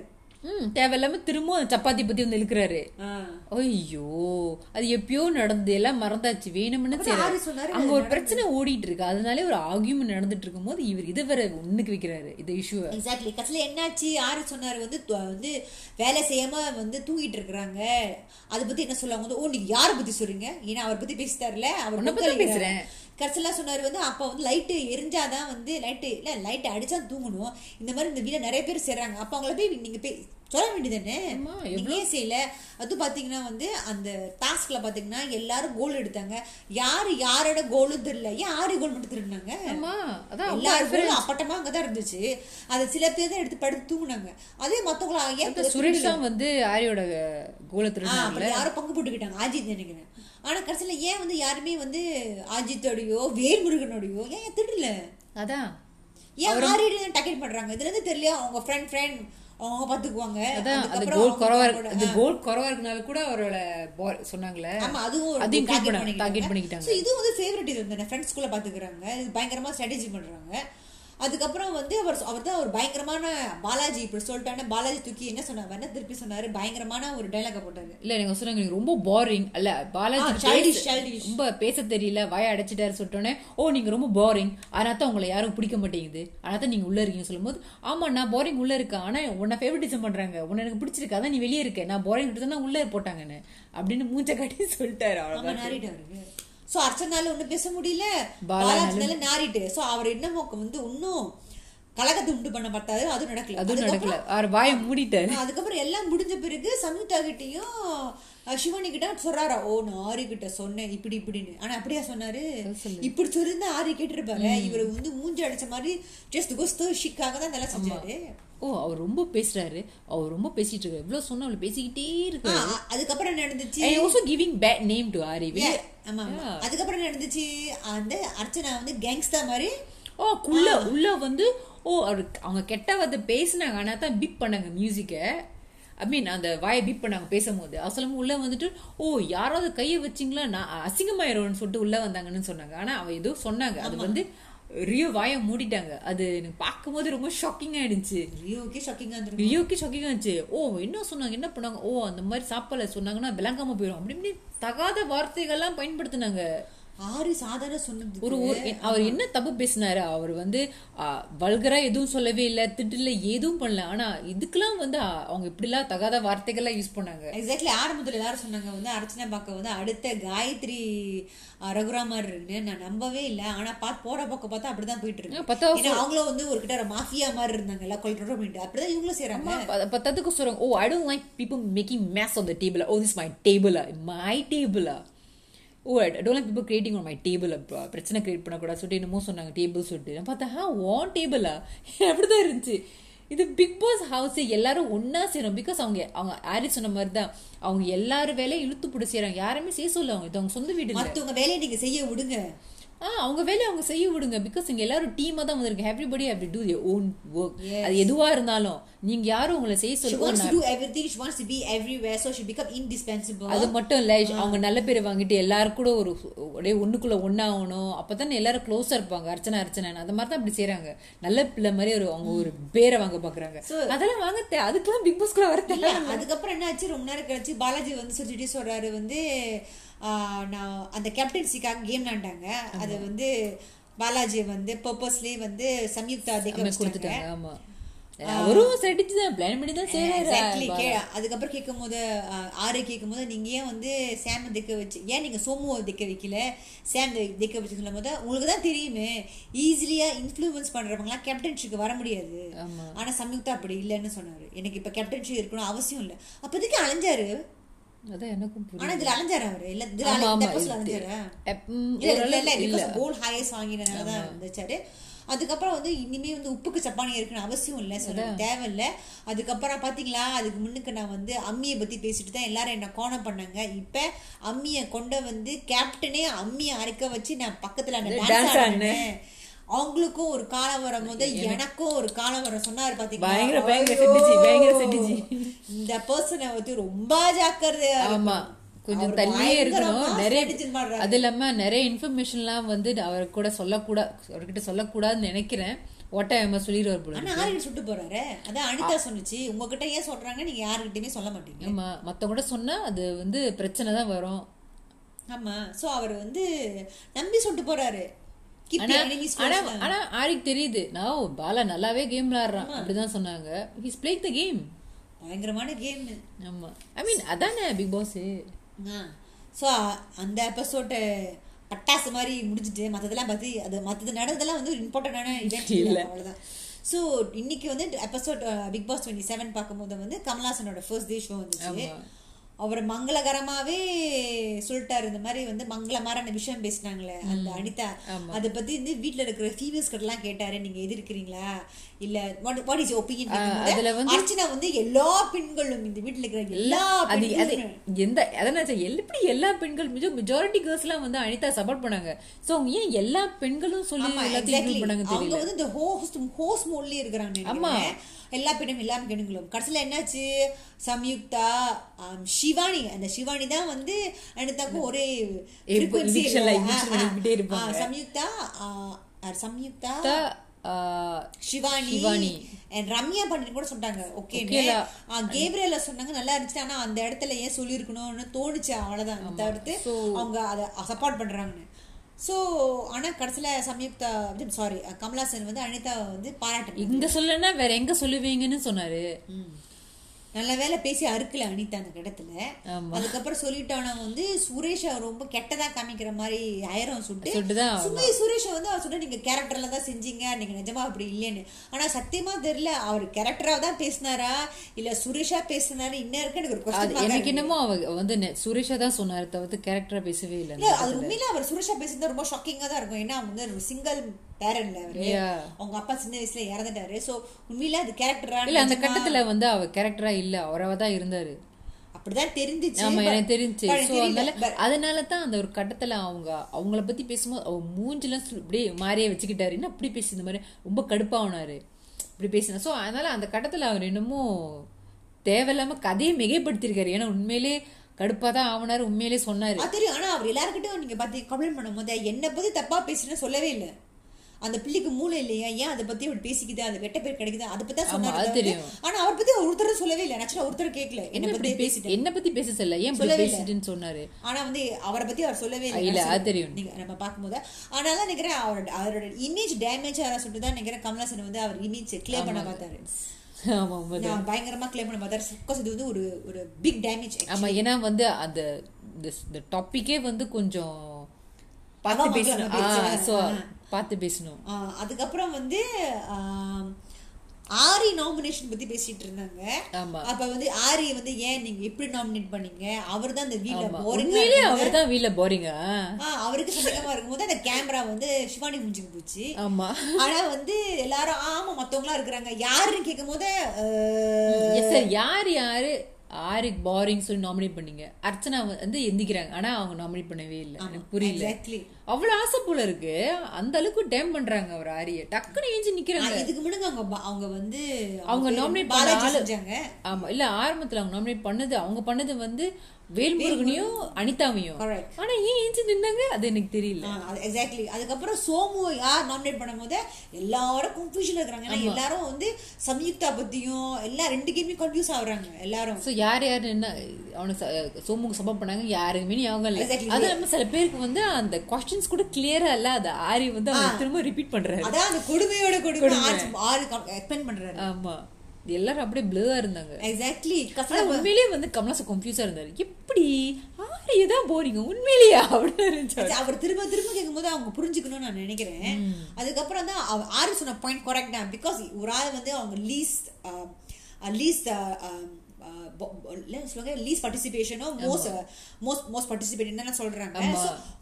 S2: ம் தேவையில்லாம திரும்ப சப்பாத்தி பத்தி வந்து இழுக்கிறாரு
S1: ஆஹ்
S2: ஐயோ அது எப்பயோ நடந்து எல்லாம் மறந்தாச்சு வேணும்னு
S1: அப்புறம்
S2: செய்றாரு.
S1: ஆரி சொன்னாரு,
S2: அங்க ஒரு
S1: நடந்து.
S2: பிரச்சனை ஓடிட்டு இருக்கு அதனாலே ஒரு ஆகியம் நடந்துட்டு இருக்கும்போது இவர் இதை வேற ஒண்ணுக்கு வைக்கிறாரு இந்த இஷ்யூவை
S1: எக்ஸாக்ட்லி கடைசியில் என்னாச்சு ஆறு சொன்னார் வந்து து- வந்து வேலை செய்யாம வந்து தூங்கிட்டு இருக்கிறாங்க அதை பத்தி என்ன சொல்லுவாங்க வந்து ஓ நீங்க யாரை பத்தி சொல்றீங்க ஏன்னா அவரை பத்தி பேசிட்டார்ல அவர்
S2: உன்னை பத்தி
S1: பொங்கல் வைக்கிறாரு.
S2: பேசுறேன்.
S1: கடைசியில சொன்னார் வந்து அப்போ வந்து லைட்டு எரிஞ்சாதான் வந்து லைட்டு இல்லை லைட்டு அடிச்சா தூங்கணும் இந்த மாதிரி இந்த வீட்டில் நிறைய பேர் செய்றாங்க அப்போ அவங்கள போய் நீங்க போய் சொல்ல வேண்டியதுதானே
S2: ஆமா,
S1: நீங்க ஏன் செய்யல அது பாத்தீங்கன்னா வந்து அந்த டாஸ்க்ல பாத்தீங்கன்னா எல்லாரும் கோல் எடுத்தாங்க யாரு யாரோட கோலும் தெரியல ஏன் ஆறு கோல் மட்டும் திருடினாங்க
S2: ஆமா அதான்
S1: எல்லா
S2: அவ்வளவு
S1: இடங்களும் அப்பட்டமா அங்கதான் இருந்துச்சு அது சில பேர் தான் எடுத்து படுத்து தூங்குனாங்க அதே மத்தவங்கள ஏன்
S2: இந்த சுரேஷ் தான் வந்து ஆரியோட கோல
S1: ஆ,
S2: திருநாள்
S1: அப்புறம் யாரோ பங்கு போட்டுக்கிட்டாங்க ஆஜித் நினைக்கிறேன் ஆனா கடைசியில ஏன் வந்து யாருமே வந்து ஆஜித்தோடையோ வேல்முருகனோடையோ ஏன் ஏன் திருடல
S2: அதான்
S1: ஏன் ஆரியடி டக்கெட் பண்றாங்க இதுல இருந்து தெரியல அவங்க ஃப்ரெண்ட் ஃப்ரெண்ட் அவங்க பாத்துக்குவாங்க
S2: அதான் அது
S1: அதுக்கப்புறம்
S2: கோல்
S1: அவங்க
S2: குறவா
S1: கூட-
S2: இருக்கு அது கோல் குறவா இருக்கனால கூட அவரோட ball சொன்னாங்களே
S1: ஆமா அதுவும் ஒரு
S2: அதையும்
S1: target
S2: include பண்ண-
S1: பண்ணிக்கிட்டாங்க.
S2: target பண்ணிக்கிட்டாங்க.
S1: So, இதுவும் வந்து ஃபேவரட் இது தானே ஃப்ரெண்ட்ஸ்குள்ள பாத்துக்கிறாங்க இது பயங்கரமா ஸ்ட்ராட்டஜி பண்றாங்க அதுக்கப்புறம் வந்து அவர் அவர் தான் ஒரு பயங்கரமான பாலாஜி இப்படி சொல்லிட்டானே பாலாஜி தூக்கி என்ன சொன்னாருன்னா திருப்பி சொன்னாரு பயங்கரமான ஒரு டைலாக போட்டாரு
S2: இல்ல நீங்க சொன்னாங்க நீங்க ரொம்ப போரிங் அல்ல பாலாஜி
S1: ஆ,
S2: பேச-
S1: childish, childish.
S2: ரொம்ப பேச தெரியல வாய அடைச்சிட்டாரு சொல்லிட்டோன்னே ஓ நீங்க ரொம்ப போரிங் ஆனா தான் உங்களை யாரும் பிடிக்க மாட்டேங்குது ஆனா தான் நீங்க உள்ள இருக்கீங்க சொல்லும்போது ஆமா நான் போரிங் உள்ள இருக்கேன் ஆனா உன்னை ஃபேவரட்டிசம் பண்றாங்க உன்னை எனக்கு பிடிச்சிருக்கு அதான் நீ வெளியே இருக்க நான் போரிங் விட்டு தான் உள்ள போட்டாங்கன்னு அப்படின்னு மூஞ்ச காட்டி சொல்லிட்டாரு
S1: ஆமா
S2: அவ்வளவுதான்
S1: நாரிட்டு அவருக்கு சோ அர்ச்சனால ஒண்ணும் பேச முடியல
S2: பாலாஜினால-
S1: பாலாஜினால நாரிட்டு சோ அவர் என்னமோ வந்து இன்னும் கலகத்தை உண்டு பண்ண பார்த்தாரு அதுவும் நடக்கல
S2: அதுவும்
S1: அதுக்கப்புறம்
S2: நடக்கல அவர் வாயை மூடிட்டாரு
S1: ஆ, அதுக்கப்புறம் எல்லாம் முடிஞ்ச பிறகு சம்யுக்தா கிட்டயும் சிவனி கிட்ட சொல்றாரா ஓ நான் ஆரி கிட்ட சொன்னேன் இப்படி இப்படின்னு ஆனா அப்படியா சொன்னாரு இப்படி சொல்லிருந்தா ஆரி கேட்டிருப்பாரு இவர் வந்து மூஞ்சி அடிச்ச மாதிரி ஜஸ்ட் கோஸ்து ஷிக்காக தான் இதெல்லாம் செஞ்சாரு
S2: ஓ அவர் ரொம்ப பேசுறாரு அவர் ரொம்ப பேசிட்டு இருக்காரு இவ்வளவு சொன்னா அவள பேசிக்கிட்டே
S1: ஆ,
S2: இருக்காரு
S1: அ- அதுக்கப்புறம் என்ன நடந்துச்சு
S2: And also giving bad name to Ari.
S1: Yeah,
S2: வெளிய-
S1: ஆமா ஆமா. அதுக்கப்புறம் என்ன நடந்துச்சு அந்த அர்ச்சனா வந்து கேங்ஸ்டா மாதிரி
S2: ஓ உள்ள உள்ள வந்து ஓ அவரு அவங்க கெட்ட வார்த்தை பேசினாங்க ஆனா தான் பீப் பண்ணாங்க மியூசிக்கை ஐ மீன் அந்த வாயை பீப் பண்ணாங்க பேசும்போது அசலும் உள்ள வந்துட்டு ஓ யாராவது கையை வச்சிங்களா நான் அசிங்கமாயிரும்னு சொல்லிட்டு உள்ள வந்தாங்கன்னு சொன்னாங்க ஆனா அவ ஏதோ சொன்னாங்க அது வந்து ரியோ வாயை மூடிட்டாங்க அது எனக்கு பார்க்கும்போது ரொம்ப ஷாக்கிங் ஆயிடுச்சு
S1: ரியோக்கே ஷாக்கிங்கா இருந்திருக்கும்
S2: ரியோக்கி ஷாக்கிங் ஆச்சு ஓ என்ன சொன்னாங்க என்ன பண்ணாங்க ஓ அந்த மாதிரி சாப்பாடுல சொன்னாங்கன்னா விளங்காம போயிடும் அப்படி இப்படி தகாத வார்த்தைகள்லாம் பயன்படுத்தினாங்க
S1: ஆரி சாதாரண சொன்னது
S2: ஒரு ஒரு அவர் என்ன தப்பு பேசினாரு அவர் வந்து வல்கரா எதுவும் சொல்லவே இல்லை திட்டுல எதுவும் பண்ணல ஆனா இதுக்கெல்லாம் வந்து ஆ, அவங்க இப்படிலாம் தகாத வார்த்தைகள்லாம் யூஸ் பண்ணாங்க
S1: எக்ஸாக்ட்லி ஆரம்பத்துல எல்லாரும் சொன்னாங்க வந்து அர்ச்சனா பார்க்க வந்து அடுத்த காயத்ரி அஹ், ரகுராமர் இருக்குன்னு நான் நம்பவே இல்லை ஆனா பார்த்து போற பக்கம் பார்த்தா அப்படிதான் போயிட்டு இருக்கு
S2: ஆ, பத்தா-
S1: ஏன்னா அவங்களும் வந்து ஒரு கிட்ட மாஃபியா மாதிரி இருந்தாங்கல்ல கொல்றோம் அப்படின்ட்டு அப்படிதான் இவங்களும் செய்றாங்க
S2: ப- பத்தத்துக்கு சொல்றாங்க oh I don't like people making mess on the table oh this my டேபிளா மை டேபிளா oh I don't like people creating on my table பிரச்சனை கிரியேட் பண்ணக்கூடாது சொல்லிட்டு என்னமோ சொன்னாங்க டேபிள் சொல்லிட்டு நான் பார்த்தா ஹா ஓன் டேபிளா அப்படிதான் இருந்துச்சு இது பிக் பாஸ் ஹவுஸ் எல்லாரும் ஒண்ணா சேரும் பிகாஸ் அவங்க அவங்க ஆரி சொன்ன மாதிரி தான் அவங்க எல்லார் வேலையும் இழுத்து பிடிச்சி செய்றாங்க யாருமே செய்ய சொல்ல அவங்க இது அவங்க சொந்த வீடு இல்ல.
S1: மத்தவங்க வேலையை நீங்க செய்ய விடுங்க
S2: ஆ அவங்க வேலையை அவங்க செய்ய விடுங்க பிகாஸ் இங்க எல்லாரும் டீமா தான் வந்திருக்கு everybody have to do your own work அது எதுவா இருந்தாலும் நீங்க யாரும் உங்களை செய்ய
S1: she
S2: சொல்லுங்க
S1: wants to do everything she wants to be everywhere so she become indispensable
S2: அது மட்டும் இல்ல அவங்க நல்ல பேர் வாங்கிட்டு எல்லாரும் கூட ஒரு ஒரே ஒண்ணுக்குள்ள ஒண்ணாகணும் அப்பதானே எல்லாரும் க்ளோஸா இருப்பாங்க அர்ச்சனை அர்ச்சனை அந்த மாதிரி தான் அப்படி செய்றாங்க நல்ல பிள்ளை மாதிரி ஒரு அவங்க ஒரு பேரை வாங்க பாக்குறாங்க
S1: So-
S2: அதெல்லாம் வாங்க தே- அதுக்கெல்லாம் பிக் பாஸ் குள்ள வர
S1: இல்ல
S2: தேவை இல்ல.
S1: அதுக்கப்புறம் என்ன ஆச்சு ரொம்ப நேரம் கழிச்சு பாலாஜி வந்து சொல்லிட்டு சொல்றாரு வந்து ஆஹ், நான் அந்த கேப்டன்சிக்காக கேம் விளாண்டாங்க அது வந்து பாலாஜி வந்து பர்பஸ்லயே வந்து சம்யுக்தா
S2: நம்ம
S1: அதிகம்
S2: கொடுத்துட்டாங்க ஆமா அவரும் செடிச்சு தான் பிளான் பண்ணி தான்
S1: எக்ஸாக்ட்லி
S2: செய்யறாரு
S1: கே அதுக்கப்புறம் கேட்கும் போது ஆஹ், ஆரே கேட்கும் போது நீங்க ஏன் வந்து சாம் திக்க வச்சு ஏன் நீங்க சோமுவை திக்க வைக்கல சாம் தி- திக்க வச்சு சொல்லும் போது உங்களுக்கு தான் தெரியுமே ஈஸிலியா இன்ஃப்ளூயன்ஸ் பண்றவங்கலாம் கேப்டன்ஷிக்கு வர முடியாது
S2: ஆமா.
S1: ஆனா சம்யுக்தா அப்படி இல்லைன்னு சொன்னாரு எனக்கு இப்ப கேப்டன்ஷிப் இருக்கணும் அவசியம் இல்லை அப்போதைக்கு அலைஞ்சாரு
S2: அதான் எனக்கும் புரியல.
S1: ஆனா இதுல அலைஞ்சாரா அவரு இல்ல இதுல
S2: ஆமா,
S1: அலை-
S2: ஆமா,
S1: இந்த பர்சன்ல
S2: இது-
S1: அலைஞ்சாரா
S2: எப்- ம்,
S1: இல்ல, இல்ல,
S2: ஓரளவு
S1: இல்ல,
S2: இல்ல
S1: because gold highest வாங்கினதுனால தான் இருந்துச்சாரு. அதுக்கப்புறம் வந்து இனிமே வந்து உப்புக்கு சப்பானி இருக்கணும் அவசியம் இல்லை சொல்றேன் தேவையில்லை அதுக்கப்புறம் பார்த்தீங்களா அதுக்கு முன்னுக்கு நான் வந்து அம்மியை பற்றி பேசிட்டு தான் எல்லாரும் என்னை கோணம் பண்ணாங்க இப்போ அம்மியை கொண்ட வந்து கேப்டனே அம்மியை அரைக்க வச்சு நான் பக்கத்தில் அந்த
S3: Dance
S1: டான்ஸ்
S3: ஆடினேன்.
S1: ஆடினேன் அவங்களுக்கும் ஒரு காலம் வரும் போது எனக்கும் ஒரு காலம் வரும் சொன்னாரு
S3: பயங்கர
S1: பாத்தீங்களா
S3: பயங்கர செட்டிஜி பயங்கர செட்டிஜி
S1: இந்த பர்சனை வந்து ரொம்ப ஜாக்கிரதையா
S2: ஆமா கொஞ்சம்
S1: அவர்
S2: தள்ளியே இருக்கணும்
S1: பயங்கரமா
S2: நிறைய
S1: strategy பண்றாரு.
S2: அது இல்லாம நிறைய இன்ஃபர்மேஷன்லாம் வந்து அவர் கூட சொல்லக்கூடாது அவர்கிட்ட சொல்லக்கூடாதுன்னு நினைக்கிறேன் ஒட்ட எம்மா சொல்லிடுவார் போல
S1: ஆனா ஆறு சுட்டு போறாரு அதான் அனிதா சொன்னுச்சு உங்ககிட்ட ஏன் சொல்றாங்க நீங்க யாருகிட்டயுமே சொல்ல மாட்டீங்க
S2: ஆமா மத்தவங்க கூட சொன்னா அது வந்து பிரச்சனை தான் வரும்
S1: ஆமா சோ அவர் வந்து நம்பி சுட்டு போறாரு Keep
S2: ஆனா
S1: your enemies
S2: ஆனா
S1: close தான்.
S2: ஆனா ஆரிக்கு தெரியுது நான் பாலா நல்லாவே கேம் விளையாடுறான் அப்படிதான் சொன்னாங்க ஹீஸ் பிளேக் த கேம்
S1: பயங்கரமான கேம்
S2: ஆமா ஐ மீன் அதானே பிக் பாஸ்
S1: சோ அந்த எபிசோட பட்டாசு மாதிரி முடிஞ்சிட்டு மத்ததெல்லாம் பத்தி அது மத்தது நடந்ததெல்லாம் வந்து இம்பார்ட்டண்டான இவெண்ட் இல்லை அவ்வளவுதான் சோ இன்னைக்கு வந்து episode big boss twenty seven பார்க்கும்போது வந்து கமலாசனோட ஃபர்ஸ்ட் டே ஷோ வந்துச்சு
S2: ஆமா.
S1: அவர் மங்களகரமாவே சொல்லிட்டாரு இந்த மாதிரி வந்து மங்களமான விஷயம் பேசினாங்களே அந்த அனிதா அதை பத்தி வந்து வீட்ல இருக்கிற ஃபீமேல்ஸ் கிட்ட எல்லாம் கேட்டாரு நீங்க எது இருக்கிறீங்களா இல்ல வாட் வாட் இஸ் ஒப்பீனியன்
S2: அதுல
S1: அதுல வந்து அர்ச்சனா வந்து எல்லா பெண்களும் இந்த வீட்ல இருக்கிற எல்லா
S2: அது அது
S1: பெண்களும்
S2: எந்த அதான் எப்படி எல்லா பெண்கள் மிஜ மெஜாரிட்டி கேர்ஸ்லாம் வந்து அனிதா சப்போர்ட் பண்ணாங்க சோ அவங்க ஏன் எல்லா பெண்களும் சொல்லி
S1: ஆமா,
S2: எல்லாத்தையும்
S1: exactly.
S2: include பண்ணாங்க
S1: அவங்க
S2: தெரியல
S1: வந்து இந்த host- host mode லயே இருக்கிறாங்க
S2: ஆமா.
S1: நினைக்கிறேன். எல்லா பெண்ணும் எல்லா பெண்களும் கடைசியில என்னாச்சு சம்யுக்தா ஆம், சிவானி அந்த சிவானி தான் வந்து அனிதாக்கும் ஒரே
S2: எப்ப
S1: frequency
S2: initial
S1: இல்ல. ஆ,
S2: ஆ,
S1: ஆ.
S2: initial பண்ணிக்கிட்டே இருப்பாங்க.
S1: ஆ, சம்யுக்தா ஆ, ஆ, சம்யுக்தா
S2: அனிதா, ஆஹ்,
S1: சிவானி
S2: சிவானி.
S1: and ரம்யா பண்ணிட்டு கூட சொன்னாங்க ஓகே
S2: ஓகேலா.
S1: கேப்ரியல சொன்னாங்க நல்லா இருந்துச்சு ஆனா அந்த இடத்துல ஏன் சொல்லியிருக்கணும்னு தோணுச்சு அவ்வளவுதான் அதை தவிர்த்து அவங்க அதை சப்போர்ட் பண்றாங்கன்னு ஸோ ஆனா கடைசியில சம்யுக்தா சாரி கமலாசன் வந்து அனிதாவை வந்து பாராட்டினாங்க
S2: இங்க சொல்லனா வேற எங்க சொல்லுவீங்கன்னு சொன்னாரு
S1: நல்ல வேளை பேசி அறுக்கல அனிதா அந்த இடத்துல
S2: ஆமா.
S1: அதுக்கப்புறம் சொல்லிட்டான வந்து சுரேஷை ரொம்ப கெட்டதா காமிக்கிற மாதிரி ஆயிரம் சுட்டு
S2: சுட்டுதான் ஆமா.
S1: சுமை சுரேஷ் வந்து அவர் சொன்ன நீங்க கேரக்டர்ல தான் செஞ்சீங்க நீங்க நிஜமா அப்படி இல்லைன்னு ஆனா சத்தியமா தெரியல அவர் கேரக்டரா தான் பேசினாரா இல்ல சுரேஷா பேசினாரா இன்னும் இருக்க எனக்கு ஒரு
S2: அது எனக்கு
S1: கொஸ்டின்
S2: என்னமோ அவ வந்து நெ- சுரேஷா தான் சொன்னாரு தவிர்த்து கேரக்டரா பேசவே இல்லை
S1: இல்ல அது உண்மையில அவர் சுரேஷா பேசுறது ரொம்ப ஷாக்கிங்கா தான் இருக்கும் ஏன்னா அவங்க வந்து சிங்கிள் பேரண்ட்ல அவரு
S2: Yeah.
S1: அவங்க அப்பா சின்ன வயசுல இறந்துட்டாரு சோ உண்மையில அது கேரக்டரா
S2: இல்ல அந்த கட்டத்துல வந்து அவ கேரக்டரா இல்ல அவரவா தான் இருந்தாரு
S1: அப்படிதான் தெரிஞ்சுச்சு
S2: ஆமா
S1: but-
S2: எனக்கு தெரிஞ்சு
S1: but
S2: சோ
S1: தெரியல.
S2: அதனால
S1: But-
S2: அதனால தான் அந்த ஒரு கட்டத்துல அவங்க அவங்கள பத்தி பேசும்போது அவ மூஞ்சிலாம் சுளி- இப்படியே மாறியே வச்சுக்கிட்டாரு என்ன இப்படி பேசி இந்த மாதிரி ரொம்ப கடுப்பாவனாரு இப்படி பேசினா சோ அதனால அந்த கட்டத்துல அவர் என்னமோ தேவையில்லாம கதையை மிகைப்படுத்திருக்காரு ஏன்னா உண்மையிலே கடுப்பா தான் ஆவனாரு உண்மையிலே சொன்னாரு
S1: அது தெரியும் ஆனா அவர் எல்லாருக்கிட்டையும் நீங்க பாத்தி கம்ப்ளைண்ட் பண்ணும்போது என்னை பத்தி தப்பா பேசுறேன்னு சொல்லவே இல்லை அந்த பிள்ளைக்கு மூளை இல்லையா ஏன் அதை பத்தி அவர் பேசிக்குது அது கெட்ட பேர் கிடைக்குது அதை பத்தி தான் சொன்னாரு
S2: அது
S1: தவிர்த்து,
S2: தெரியும்.
S1: ஆனா அவர் பத்தி அவர் ஒருத்தர் சொல்லவே இல்லை ஆக்சுவலா ஒருத்தர் கேட்கல
S2: என்ன
S1: என்ன
S2: இப்படி
S1: பத்தி
S2: பேசி
S1: பேசிட்டேன்
S2: என்ன பத்தி பேச சொல்ல ஏன் இப்படி
S1: சொல்லவே இல்ல.
S2: பேசிட்டுன்னு சொன்னாரு
S1: ஆனா வந்து அவரை பத்தி அவர் சொல்லவே
S2: இல்ல,
S1: கடைசியில.
S2: அது தெரியும்.
S1: நீங்க நம்ம பார்க்கும்போது ஆனால நினைக்கிறேன் அவரோட அவரோட இமேஜ் டேமேஜ் ஆகிற சொல்லிட்டு தான் நினைக்கிறேன் கமலாசன் வந்து அவர் இமேஜ் கிளியர் பண்ண பார்த்தாரு
S2: ஆமா உண்மை
S1: நான் பயங்கரமா கிளியர் பண்ண பார்த்தாரு சக்கோஸ் இது வந்து ஒரு ஒரு பிக் டேமேஜ்
S2: ஆமா ஏன்னா வந்து அந்த இந்த டாபிக்கே வந்து கொஞ்சம்
S1: அவா
S3: பார்த்து
S1: மக்கள்
S3: பேசணும்
S1: நம்ம பேசுறா.
S2: சோ
S1: ஆ.
S2: பார்த்து பேசணும்
S1: ஆ, அதுக்கப்புறம் வந்து ஆம், ஆரி நாமினேஷன் பத்தி பேசிட்டு இருந்தாங்க
S2: ஆமா.
S1: அப்ப வந்து ஆரி வந்து ஏன் நீங்க எப்படி நாமினேட் பண்ணீங்க அவர் தான் இந்த வீட்ல
S2: ஆமா.
S1: போறீங்க
S2: உண்மையிலே அவர்தான் வீட்ல போறீங்க
S1: அவருக்கு சந்தேகமா இருக்கும்போது அந்த கேமரா வந்து சிவானி முடிஞ்சுக்கு போச்சு
S2: ஆமா
S1: ஆனா வந்து எல்லாரும் ஆமா மத்தவங்களா இருக்கிறாங்க யாருன்னு கேட்கும்போது
S2: எஸ் சார் யார் யாரு ஆரிக் பாரிங் சொல்லி நாமினேட் பண்ணீங்க அர்ச்சனா வந்து எந்திக்கிறாங்க ஆனா அவங்க நாமினேட் பண்ணவே இல்லை எனக்கு புரியல
S1: எக்ஸாக்ட்லி
S2: அவ்வளவு ஆசை போல இருக்கு அந்த அளவுக்கு டேம் பண்றாங்க அவர் ஆரிய டக்குன்னு ஏஞ்சி நிக்கிறாங்க
S1: இதுக்கு முன்னாடி அவங்க பா- அவங்க வந்து
S2: அவங்க
S1: பேரு
S2: nominate பண்ண
S1: பாலாஜி
S2: ஆளு-
S1: செஞ்சாங்க
S2: ஆமா இல்ல ஆரம்பத்துல அவங்க நாமினேட் பண்ணது அவங்க பண்ணது வந்து வேல்முருகனையும் அனிதாவையும்
S1: Correct.
S2: ஆனா ஏன் ஏஞ்சி நின்னாங்க அது எனக்கு தெரியல
S1: எக்ஸாக்ட்லி அதுக்கப்புறம் சோமு யார் நாமினேட் பண்ணும்போது எல்லாரும் கன்ஃபியூஷன் இருக்கிறாங்க ஏன்னா எல்லாரும் வந்து சம்யுக்தா பத்தியும் எல்லா ரெண்டு கேமையும் கன்ஃபியூஸ் ஆகுறாங்க எல்லாரும்
S2: சோ யார் யார் என்ன அவனுக்கு ச- சோமுக்கு சப்போர்ட் பண்ணாங்க யாருக்குமே ஞாபகம் இல்லை
S1: Exactly.
S2: அது இல்லாம சில பேருக்கு வந்து அந்த கொஸ்டின்ஸ் கூட கிளியரா இல்ல அது ஆரி வந்து அவன் திரும்ப ரிப்பீட் பண்றாரு
S1: அதான் அந்த கொடுமையோட கொடுமை ஆறு ஆறு எக்ஸ்பிளைன் பண்றாரு
S2: ஆமா எல்லாரும் அப்படியே blur ஆ இருந்தாங்க
S1: எக்ஸாக்ட்லி
S2: ஆனா உண்மையிலேயே வந்து கமலாசன் confuse ஆ இருந்தாரு எப்படி ஆரி தான் போறீங்க உண்மையிலேயே அப்படின்னு இருந்துச்சு அவரு.
S1: அவர் திரும்ப திரும்ப கேட்கும்போது அவங்க புரிஞ்சுக்கணும்னு நான் நினைக்கிறேன் அதுக்கப்புறம் தான் அவ- ஆறு சொன்ன பாயிண்ட் கரெக்ட் தான் பிகாஸ் ஒரு ஆள் வந்து அவங்க லீஸ்ட் லீஸ்ட் சொல்லுவாங்க லீஸ் பார்ட்டிசிபேஷனோ மோஸ்ட் மோஸ்ட் மோஸ்ட் பார்ட்டிசிபேட் தான் சொல்றாங்க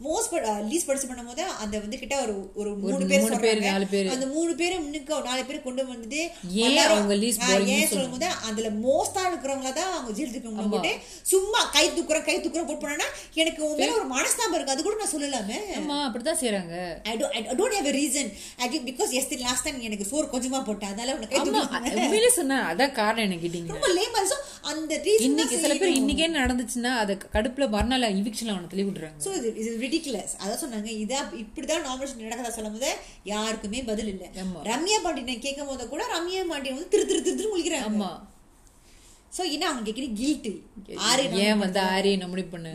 S1: மோஸ்ட் லீஸ் பார்ட்டிசிபேட் பண்ணும்போது அந்த வந்து கிட்ட ஒரு ஒரு மூணு பேர்
S2: மூணு பேர், நாலு
S1: சொல்றாங்க
S2: பேர்.
S1: அந்த மூணு பேர் முன்னுக்கு நாலு பேர் கொண்டு வந்தது
S2: ஏன்
S1: எல்லாரும்
S2: அவங்க least
S1: ஆ,
S2: bowling
S1: ஏன் சொல்லும்போது அதுல மோஸ்டா இருக்கிறவங்கள தான் அவங்க ஜெயில் தூக்கணும் போட்டு சும்மா கை தூக்குறோம் கை தூக்குறோம் போட் பண்ணா எனக்கு உன் மேல ஒரு மனஸ்தாபம் இருக்கு அது கூட நான் சொல்லலாமே
S2: ஆமா அப்படிதான் செய்றாங்க
S1: I do I don't have reason I because yes last time எனக்கு சோறு கொஞ்சமா போட்டேன் அதனால உனக்கு கை
S2: ஆமா
S1: தூக்குறேன்.
S2: அ- உண்மையிலே சொன்னா அதான் காரணம் என்ன கேட்டீங்க
S1: ரொம்ப லேமா சோ அந்த ரீசன்
S2: இன்னைக்கு சில பேர் இன்னைக்கே நடந்துச்சுன்னா அதை கடுப்புல மறுநாள் இவிக்ஷன்ல அவனை தள்ளி விடுறாங்க
S1: ஸோ இது இது ரிடிகுலஸ் அதான் சொன்னாங்க இதா இப்படிதான் நாமினேஷன் நடக்கதா சொல்லும்போது யாருக்குமே பதில் இல்ல
S2: ஆமா.
S1: ரம்யா பாண்டியனை கேட்கும் போது கூட ரம்யா பாண்டியன் வந்து திரு திரு திரு திரு முழிக்கிறாங்க
S2: ஆமா
S1: சோ என்ன அவங்க கேட்கிற கில்ட்டி ஆறு
S2: ஏன் வந்து ஆரிய நம்மடி பண்ணு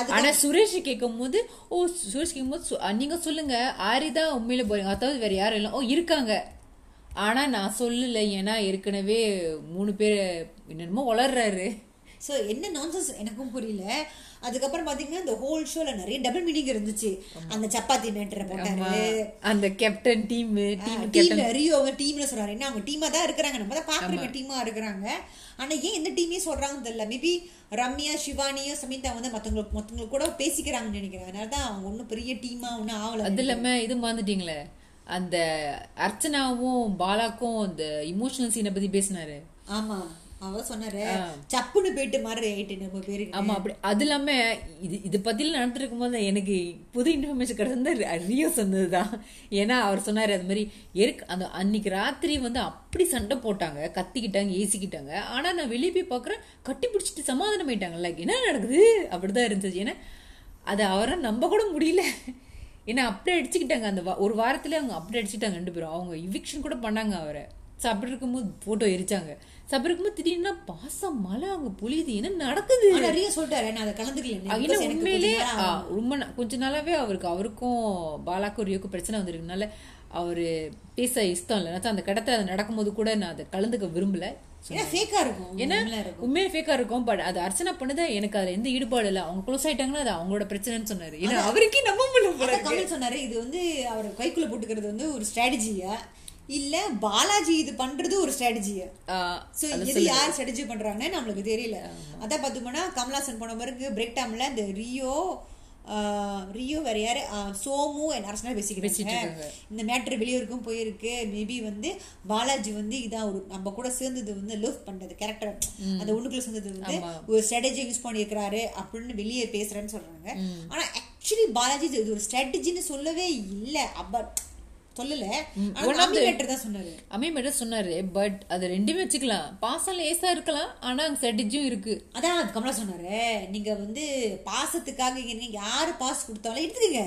S1: அது
S2: ஆனா சுரேஷ் கேட்கும்போது ஓ சுரேஷ் கேட்கும்போது சு- அஹ் நீங்க சொல்லுங்க ஆரி தான் உண்மையில போறீங்க அதாவது வேற யாரும் இல்லை ஓ இருக்காங்க ஆனா நான் சொல்லல ஏன்னா ஏற்கனவே மூணு பேர் என்னென்னமோ வளர்றாரு
S1: ஸோ என்ன நான்சென்ஸ் எனக்கும் புரியல அதுக்கப்புறம் பாத்தீங்கன்னா இந்த ஹோல் ஷோல நிறைய டபுள் மீனிங் இருந்துச்சு அந்த சப்பாத்தி மேட்டரை போட்டாரு
S2: அந்த captain team team
S1: team Rio அவங்க டீம்ல சொல்றாரு என்ன அவங்க டீமா தான் இருக்கிறாங்க நம்ம தான் பாக்குறோம் டீமா இருக்கிறாங்க ஆனா ஏன் எந்த டீமே சொல்றாங்கன்னு தெரியல மேபி ரம்யா சிவானியோ சமிதா வந்து மத்தவங்க மத்தவங்க கூட பேசிக்கிறாங்கன்னு நினைக்கிறேன் அதனால தான் அவங்க ஒன்றும் பெரிய டீமா ஒன்றும் ஆகல
S2: அது இல்லாம இது மறந்துட்டீங்களே அந்த அர்ச்சனாவும் பாலாக்கும் அந்த இமோஷனல் சீனை பத்தி பேசினாரு
S1: ஆமா அவ சொன்னாரு சப்புன்னு போயிட்டு மாதிரி ஆயிட்டு நம்ம பேரு
S2: ஆமா அப்படி அது இல்லாம இது இது பத்தில நடந்துட்டு இருக்கும்போது எனக்கு புது இன்ஃபர்மேஷன் கிடைச்சிருந்தா ரியோ சொன்னதுதான் ஏன்னா அவர் சொன்னாரு அது மாதிரி எருக்கு அந்த அன்னைக்கு ராத்திரி வந்து அப்படி சண்டை போட்டாங்க கத்திக்கிட்டாங்க ஏசிக்கிட்டாங்க ஆனா நான் வெளியே போய் பாக்குறேன் கட்டி பிடிச்சிட்டு சமாதானம் ஆயிட்டாங்கல்ல என்ன நடக்குது அப்படிதான் இருந்துச்சு ஏன்னா அதை அவரை நம்ப கூட முடியல ஏன்னா அப்படி அடிச்சுக்கிட்டாங்க அந்த வா- ஒரு வாரத்துல அவங்க அப்படி அடிச்சுட்டாங்க ரெண்டு பேரும் அவங்க இவிக்ஷன் கூட பண்ணாங்க அவரை So, அப்படி இருக்கும்போது போட்டோ எரிச்சாங்க So, அப்படி இருக்கும்போது திடீர்னு பாசம் மழை அங்க பொழியுது என்ன நடக்குது
S1: ஆனா ரியோ சொல்லிட்டாரு நான் அதை கலந்துக்கல
S2: இல்ல
S1: because எனக்கு
S2: உண்மையிலே
S1: கொஞ்ச நேரம்
S2: ஆ, ரொம்ப நா- கொஞ்ச நாளாவே அவருக்கு அவருக்கும் பாலாக்கும் ரியோக்கும் பிரச்சனை வந்திருக்கனால அவரு பேச இஷ்டம் இல்லை நான் அந்த கடத்துல அது நடக்கும்போது கூட நான் அதை கலந்துக்க விரும்பல
S1: ஏன்னா ஃபேக்கா இருக்கும்
S2: ஏன்னா
S1: உண்மையில இருக்கும்
S2: உண்மையில ஃபேக்கா இருக்கும் பட் அது அர்ச்சனா பண்ணது எனக்கு அதுல எந்த ஈடுபாடு இல்லை அவங்க க்ளோஸ் ஆயிட்டாங்கன்னா அது அவங்களோட பிரச்சனைன்னு சொன்னாரு ஏன்னா அவருக்கே நம்ப முடியல போல
S1: அதான் கமல் சொன்னாரு இது வந்து அவர் கைக்குள்ள போட்டுக்கிறது வந்து ஒரு ஸ்ட்ராட்டஜியா இல்ல பாலாஜி இது பண்றது ஒரு ஸ்ட்ராட்டஜியா
S2: ஆ,
S1: சோ இது யார் ஸ்ட்ராட்டஜி பண்றாங்கன்னு நம்மளுக்கு தெரியல அதான் பார்த்தோம்னா கமலாசன் போன பிறகு பிரேக் டைம்ல இந்த ரியோ ஆ, ரியோ வேற யாரு ஆ, சோமு என் அரசனா பேசிக்கிறாங்க இந்த மேட்ரு வெளியூருக்கும் போயிருக்கு மேபி வந்து பாலாஜி வந்து இதான் ஒரு நம்ம கூட சேர்ந்தது வந்து லவ் பண்ணது கேரக்டர் அந்த ஒண்ணுக்குள்ள சேர்ந்தது வந்து ஒரு ஸ்ட்ராட்டஜி யூஸ் பண்ணியிருக்கிறாரு அப்படின்னு வெளியே பேசுறேன்னு சொல்றாங்க ஆனா ஆக்சுவலி பாலாஜி இது- இது ஒரு ஸ்ட்ராட்டஜின்னு சொல்லவே இல்ல அப்ப சொல்லல ஆனா நம்பி மேட்டர் தான் சொன்னாரு
S2: அம்மே மேடம் சொன்னாரு பட் அது ரெண்டுமே வச்சுக்கலாம் பாசம் லேசா இருக்கலாம் ஆனா அங்க செட்டிஜும் இருக்கு
S1: அதான் கமலா சொன்னாரு நீங்க வந்து பாசத்துக்காக இருக்கீங்க யாரு பாஸ் கொடுத்தாலும் எடுத்துக்கங்க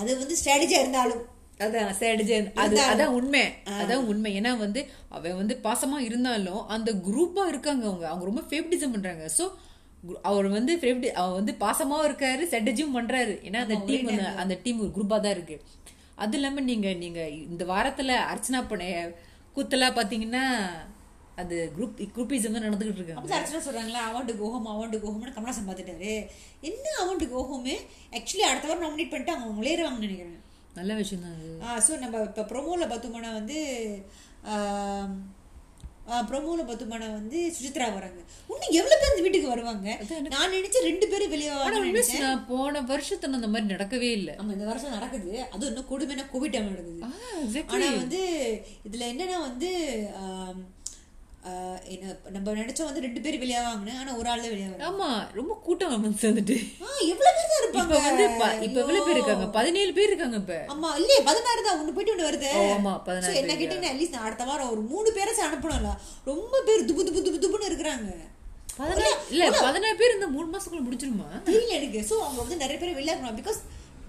S1: அது வந்து ஸ்ட்ராட்டஜியா இருந்தாலும்
S2: அதான் சேடுஜன் அது அதான் உண்மை அதான் உண்மை ஏன்னா வந்து அவன் வந்து பாசமா இருந்தாலும் அந்த குரூப்பா இருக்காங்க அவங்க அவங்க ரொம்ப ஃபேவரட்டிசம் பண்றாங்க சோ அவர் வந்து ஃபேவரட் அவர் வந்து பாசமா இருக்காரு செட்டஜும் பண்றாரு ஏன்னா அந்த டீம் அந்த டீம் ஒரு குரூப்பா தான் இருக்கு அது இல்லாம நீங்க நீங்க இந்த வாரத்துல அர்ச்சனா பண்ண கூத்தெல்லாம் பாத்தீங்கன்னா அது குரூப் குரூப்பிசம் தான் நடந்துகிட்டு இருக்காங்க
S1: அப்பதான் அர்ச்சனா சொல்றாங்களா அவன்ட்டு கோஹம் அவன்ட்டு கோஹம்னு கமலாசன் பார்த்துட்டாரு என்ன அவன்ட்டு கோஹோமு ஆக்சுவலி அடுத்த வாரம் நாமினேட் பண்ணிட்டு அவங்க விளையாடுவாங்கன்னு நினைக்கிறேன்
S2: நல்ல விஷயம் தான் அது
S1: ஸோ நம்ம இப்போ ப்ரொமோவில் பார்த்தோம்னா வந்து ப்ரொமோவில் பார்த்தோம்னா வந்து சுசித்ரா வராங்க இன்னும் எவ்வளோ பேர் இந்த வீட்டுக்கு வருவாங்க நான் நினைச்சேன் ரெண்டு பேரும் வெளியே
S2: ஆனா
S1: வருவாங்க
S2: miss, நான் போன வருஷத்துல அந்த மாதிரி நடக்கவே இல்லை
S1: ஆமா இந்த வருஷம் நடக்குது அதுவும் இன்னும் கொடுமைன்னா கோவிட் டைம் நடக்குது
S2: exactly.
S1: ஆனா வந்து இதுல என்னன்னா வந்து ஆம், ஆ, என்ன நம்ம நினைச்சோம் வந்து ரெண்டு பேர் வெளியாவாங்கன்னு ஆனா ஒரு ஆள் தான் வெளியாவாங்க
S2: ஆமா ரொம்ப கூட்டம் வந்து வந்துட்டு
S1: ஆ எவ்வளவு பேர் தான் இருப்பாங்க
S2: இப்ப வந்து ப- இப்ப எவ்வளவு பேர்
S1: ஐயோ.
S2: இருக்காங்க பதினேழு பேர் இருக்காங்க இப்ப
S1: ஆமா இல்லையே பதினாறு தான் ஒண்ணு போயிட்டு ஒண்ணு வருது
S2: ஓ, ஆமா
S1: So,
S2: பதினாறு
S1: என்ன
S2: பேர்
S1: கேட்டீங்கன்னா அட்லீஸ்ட் நான் அடுத்த வாரம் ஒரு மூணு பேராச்சும் அனுப்பணும்ல ரொம்ப பேர் துபு துபு துபு துபுன்னு இருக்கிறாங்க
S2: பதினாறு இல்ல பதினாறு பேர் இந்த மூணு மாசத்துக்குள்ள முடிச்சிருமா
S1: தெரியல எனக்கு சோ அவங்க வந்து நிறைய பேர் விளையாடணும் பிகாஸ்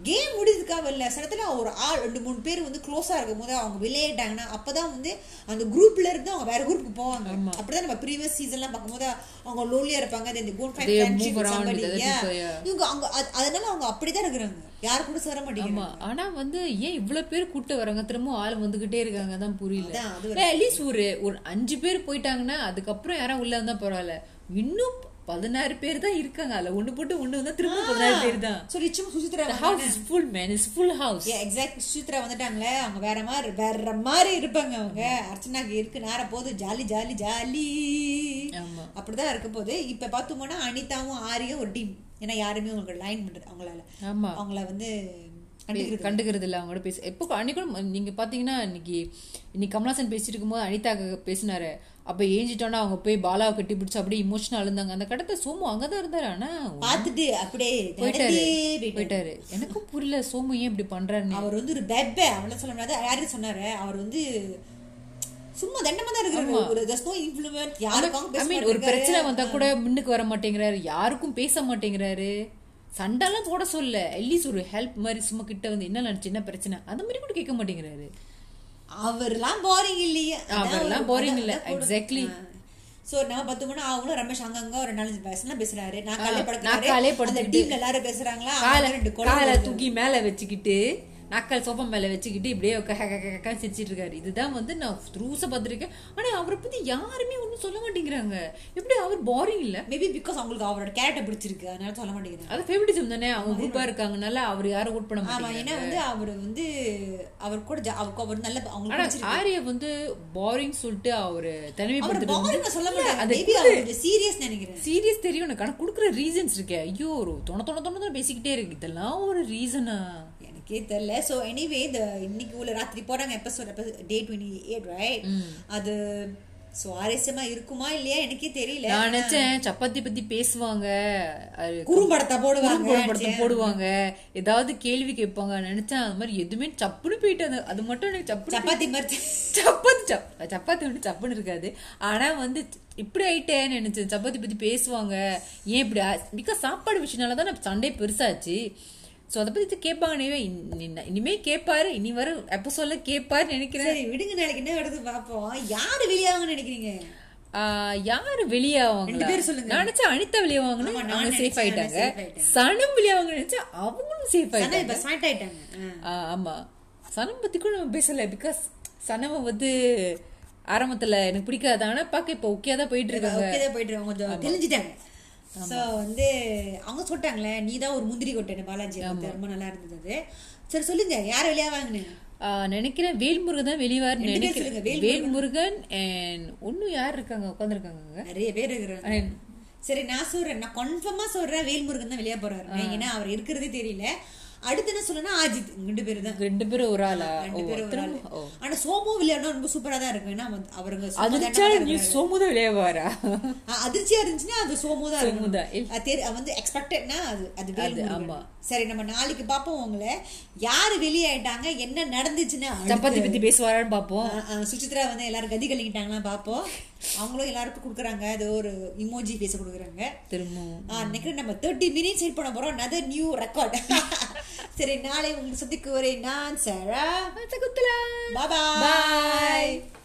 S1: கேம் முடிஞ்சதுக்காக இல்ல சில இடத்துல ஒரு ஆள் ரெண்டு மூணு பேர் வந்து க்ளோஸா இருக்கும் போது அவங்க விளையாட்டாங்கன்னா அப்பதான் வந்து அந்த குரூப்ல இருந்து அவங்க வேற குரூப்புக்கு போவாங்க அப்படிதான் நம்ம ப்ரீவியஸ் சீசன்லாம் பார்க்கும்போது அவங்க லோலியா இருப்பாங்க they- they go find
S2: They
S1: friendship
S2: move
S1: with
S2: around
S1: somebody.
S2: with other
S1: Yeah.
S2: people, yeah.
S1: இவங்க அவங்க அது- அதனால அவங்க அப்படிதான் இருக்கிறாங்க யாரு கூட சேர மாட்டேங்கிறாங்க
S2: ஆமா ஆனா வந்து ஏன் இவ்வளவு பேர் கூட்ட வராங்க திரும்பவும் ஆள் வந்துகிட்டே இருக்காங்க தான் புரியல
S1: அதான் அது
S2: அட்லீஸ்ட் ஒரு ஒரு அஞ்சு பேர் போயிட்டாங்கன்னா அதுக்கப்புறம் யாரும் உள்ள வந்தா பரவாயில்ல இன்னும் பதினாறு பேர் தான் இருக்காங்க அதுல ஒண்ணு போட்டு ஒண்ணு வந்தா திரும்ப பதினாறு பேர் தான்
S1: ஸோ ரிச்சும் Suchitra
S2: house is full man is full house
S1: exact Suchitra வந்துட்டாங்களே அவங்க வேற மாதிரி வேற மாதிரி இருப்பாங்க அவங்க அர்ச்சனாக்கு இருக்கு நேர போது ஜாலி ஜாலி ஜாலி
S2: ஆமா
S1: அப்படிதான் இருக்க போது இப்ப பார்த்தோம்னா அனிதாவும் ஆரியும் ஒரு டீம் ஏன்னா யாருமே உங்களுக்கு லைன் பண்றது அவங்களால
S2: ஆமா
S1: அவங்கள வந்து
S2: கண்டுக்கிறது கண்டுக்கிறது இல்லை அவங்களோட பேச எப்போ அன்னைக்கு கூட நீங்க பாத்தீங்கன்னா இன்னைக்கு இன்னைக்கு கமலாசன் பேசிட்டு இருக்கும்போது அனிதா பேசினாரு அப்ப ஏஞ்சிட்டோன்னா அவங்க போய் பாலாவை கட்டி பிடிச்சி அப்படியே இமோஷனல் இருந்தாங்க அந்த கடத்தை சோமு அங்கதான் இருந்தாரு ஆனா
S1: பார்த்துட்டு அப்படியே
S2: போயிட்டாரு
S1: நடந்தே போயிட்டாரு.
S2: போயிட்டாரு எனக்கும் புரியல சோமு ஏன் இப்படி பண்றாருன்னு
S1: அவர் வந்து ஒரு பெப்ப அவள சொல்ல முடியாது யாரு சொன்னாரு அவர் வந்து சும்மா தண்டமா தான் இருக்கிறாரு ஒரு ஜஸ்ட் நோ இன்ஃப்ளூயன்ஸ் யாருக்காகவும்
S2: ஐ
S1: பேச
S2: மீன் ஒரு பிரச்சனை வந்தா கூட முன்னுக்கு வர மாட்டேங்கிறாரு யாருக்கும் பேச மாட்டேங்கிறாரு சண்டைலாம் போட சொல்ல அட்லீஸ்ட் ஒரு ஹெல்ப் மாதிரி சும்மா கிட்ட வந்து என்ன நடந்துச்சு என்ன பிரச்சனை அந்த மாதிரி கூட கேட்க மாட்டேங்கிறாரு
S1: அவர்லாம் போரிங் இல்லையே
S2: அவர்லாம் போரிங் இல்ல எக்ஸாக்ட்லி
S1: சோ நம்ம பார்த்தோம்னா அவங்களும் ரமேஷ் அங்கங்க ஒரு நாலஞ்சு பர்சன்லாம் பேசுறாரு நான் காலே
S2: நாக்காலே
S1: படுக்கிறாரு அந்த
S2: படுத்துக்கிட்டு.
S1: டீம்ல எல்லாரும் பேசுறாங்களா
S2: காலை
S1: அவங்க ரெண்டு
S2: காலை
S1: கொலை
S2: தூக்கி மேல வச்சுக்கிட்டு நாக்கால் சோஃபா மேல வச்சுக்கிட்டு இப்படியே கக்க கக்க கக்க சிரிச்சிட்டு இருக்காரு இதுதான் வந்து நான் த்ரூஸ பார்த்திருக்கேன் ஆனா அவரை பத்தி யாருமே ஒன்றும் சொல்ல மாட்டேங்கிறாங்க எப்படி அவர் போரிங் இல்ல
S1: மேபி பிகாஸ் அவங்களுக்கு அவரோட கேரக்டர் பிடிச்சிருக்கு அதனால சொல்ல மாட்டேங்கிறாங்க
S2: அது ஃபேவரட்டிசம் தானே அவங்க குரூப்பா இருக்காங்கனால அவர் யாரும் ஓட் பண்ண
S1: ஆமா
S2: மாட்டாங்க
S1: ஏன்னா வந்து அவர் வந்து அவர் கூட ஜா- அவருக்கு அவர் நல்ல
S2: ஆனா
S1: அவங்களுக்கு
S2: ஆரிய வந்து போரிங் சொல்லிட்டு அவரு
S1: அவர்
S2: தனிமைப்படுத்துறது
S1: போரிங் சொல்ல மாட்டாங்க
S2: அது
S1: மேபி அவரோட சீரியஸ் நினைக்கிறேன்
S2: சீரியஸ் தெரியும் எனக்கு ஆனா கொடுக்குற ரீசன்ஸ் இருக்கே ஐயோ ஒரு தொண தொண தொண தொண பேசிக்கிட்டே இருக்கு இதெல்லாம் ஒரு ரீசனா
S1: எனக்கே தெரியல ஸோ எனிவே இந்த இன்னைக்கு உள்ள ராத்திரி போறாங்க episode day twenty eight right அது சுவாரஸ்யமா இருக்குமா இல்லையா எனக்கே தெரியல
S2: நான் நினைச்சேன் சப்பாத்தி பத்தி பேசுவாங்க அது
S1: குறும்படத்தை போடுவாங்க
S2: குறும்படத்தை போடுவாங்க ஏதாவது கேள்வி கேட்பாங்க நினைச்சேன் அது மாதிரி எதுவுமே சப்புன்னு போயிட்டு அது அது மட்டும் எனக்கு சப்புனு
S1: சப்பாத்தி மாதிரி
S2: சப்பாத்தி சப் சப்பாத்தி வந்து சப்புன்னு இருக்காது ஆனா வந்து இப்படி ஆயிட்டேன்னு நினைச்சேன் சப்பாத்தி பத்தி பேசுவாங்க ஏன் இப்படி பிகாஸ் சாப்பாடு விஷயனால தான் நம்ம சண்டே பெருசாச்சு ஸோ அதை பத்தி கேட்பாங்க இனிமே இனி- இனிமே கேட்பாரு இனி வர எப்போ சொல்ல கேட்பாருன்னு நினைக்கிறேன்
S1: சரி விடுங்க நாளைக்கு என்ன வருது பாப்போம் யாரு வெளியாகும்னு நினைக்கிறீங்க
S2: ஆஹ் யாரு வெளியாவாங்க
S1: ரெண்டு பேர் சொல்லுங்க.
S2: நான் நினைச்சேன் அனிதா வெளியாவாங்கன்னு
S1: ஆமா, நான்
S2: அவங்க சேஃப்
S1: நினைச்சேன்,
S2: ஆயிட்டாங்க
S1: நான் safe ஆயிட்டேன்.
S2: சனம் வெளியாவாங்க நினைச்சா அவங்களும் சேஃப் ஆயிட்டாங்க
S1: ஆனா இப்ப ஸ்மார்ட் ஆயிட்டாங்க ஆ.
S2: ஆ, ஆமா சனம் பத்தி கூட நம்ம பேசல பிகாஸ் சனம் வந்து ஆரம்பத்துல எனக்கு பிடிக்காது ஆனா பாக்க இப்ப ஓகே தான் போயிட்டு இருக்காங்க
S1: ஓகே தான் போயிட்டு இருக்காங்க. கொஞ்சம் தெளிஞ்சிட்டாங்க சோ வந்து அவங்க சொல்லிட்டாங்களே நீ தான் ஒரு முந்திரி கொட்டை பாலாஜி வந்து ரொம்ப நல்லா இருந்தது அது. சரி சொல்லுங்க யார் வெளியாவாங்கன்னு
S2: ஆ, நினைக்கிறேன் வேல்முருகன் தான் வெளிவார்
S1: ரெண்டு பேர்
S2: நினைக்கிறேன்
S1: சொல்லுங்க,
S2: வேல்முருகன் அண்ட் ஒன்னும் யார் இருக்காங்க உட்காந்துருக்காங்க
S1: நிறைய பேர் இருக்கிறாங்க சரி நான் சொல்றேன் நான் கன்ஃபார்மா சொல்றேன் வேல்முருகன் தான் வெளியே போறாருங்க ஏன்னா அவர் இருக்கிறதே தெரியல அடுத்து என்ன சொல்லணும்னா ஆஜித் இவங்க ரெண்டு பேரும் தான்
S2: ரெண்டு பேரும் ஒரு ஆளா ஓ,
S1: ரெண்டு பேரும் ஒரு
S2: திரும்ப-
S1: ஆளு.
S2: ஓ.
S1: ஆனா சோமு விளையாடணும் ரொம்ப சூப்பரா தான் இருக்கும் ஏன்னா வந்து அவருங்க சும்மா
S2: அதிர்ச்சியான
S1: தண்டமா தான்
S2: நியூஸ் சோமுதான் விளையாடுவாரா
S1: ஆ, அதிர்ச்சியா இருந்துச்சுன்னா அது சோமு தான்
S2: சோமு தான்.
S1: இருக்கணும். அது தெரி- அது வந்து எக்ஸ்பெக்டட்னா அது அது
S2: ஆமா.
S1: வேல்முருகன் சரி நம்ம நாளைக்கு பாப்போம் உங்களை யாரு வெளியாயிட்டாங்க என்ன நடந்துச்சுன்னா
S2: சப்பாத்தி பத்தி பேசுவாரான்னு பாப்போம்
S1: ஆ, ஆ, சுசித்ரா வந்து எல்லாரும் கதி கழிக்கிட்டாங்களா பாப்போம் அவங்களும் எல்லாருக்கும் கொடுக்குறாங்க அது ஒரு இமோஜி பேச கொடுக்குறாங்க
S2: திரும்பவும்
S1: ஆ, நினைக்கிறேன் நம்ம தேர்ட்டி மினிட்ஸ் ஹிட் பண்ண போறோம் another நியூ ரெக்கார்ட் சரி நாளை உங்களுக்கு சந்திக்கு வரேன் நான் சாரா
S2: குத்தலாம்
S1: பாய்
S2: Bye.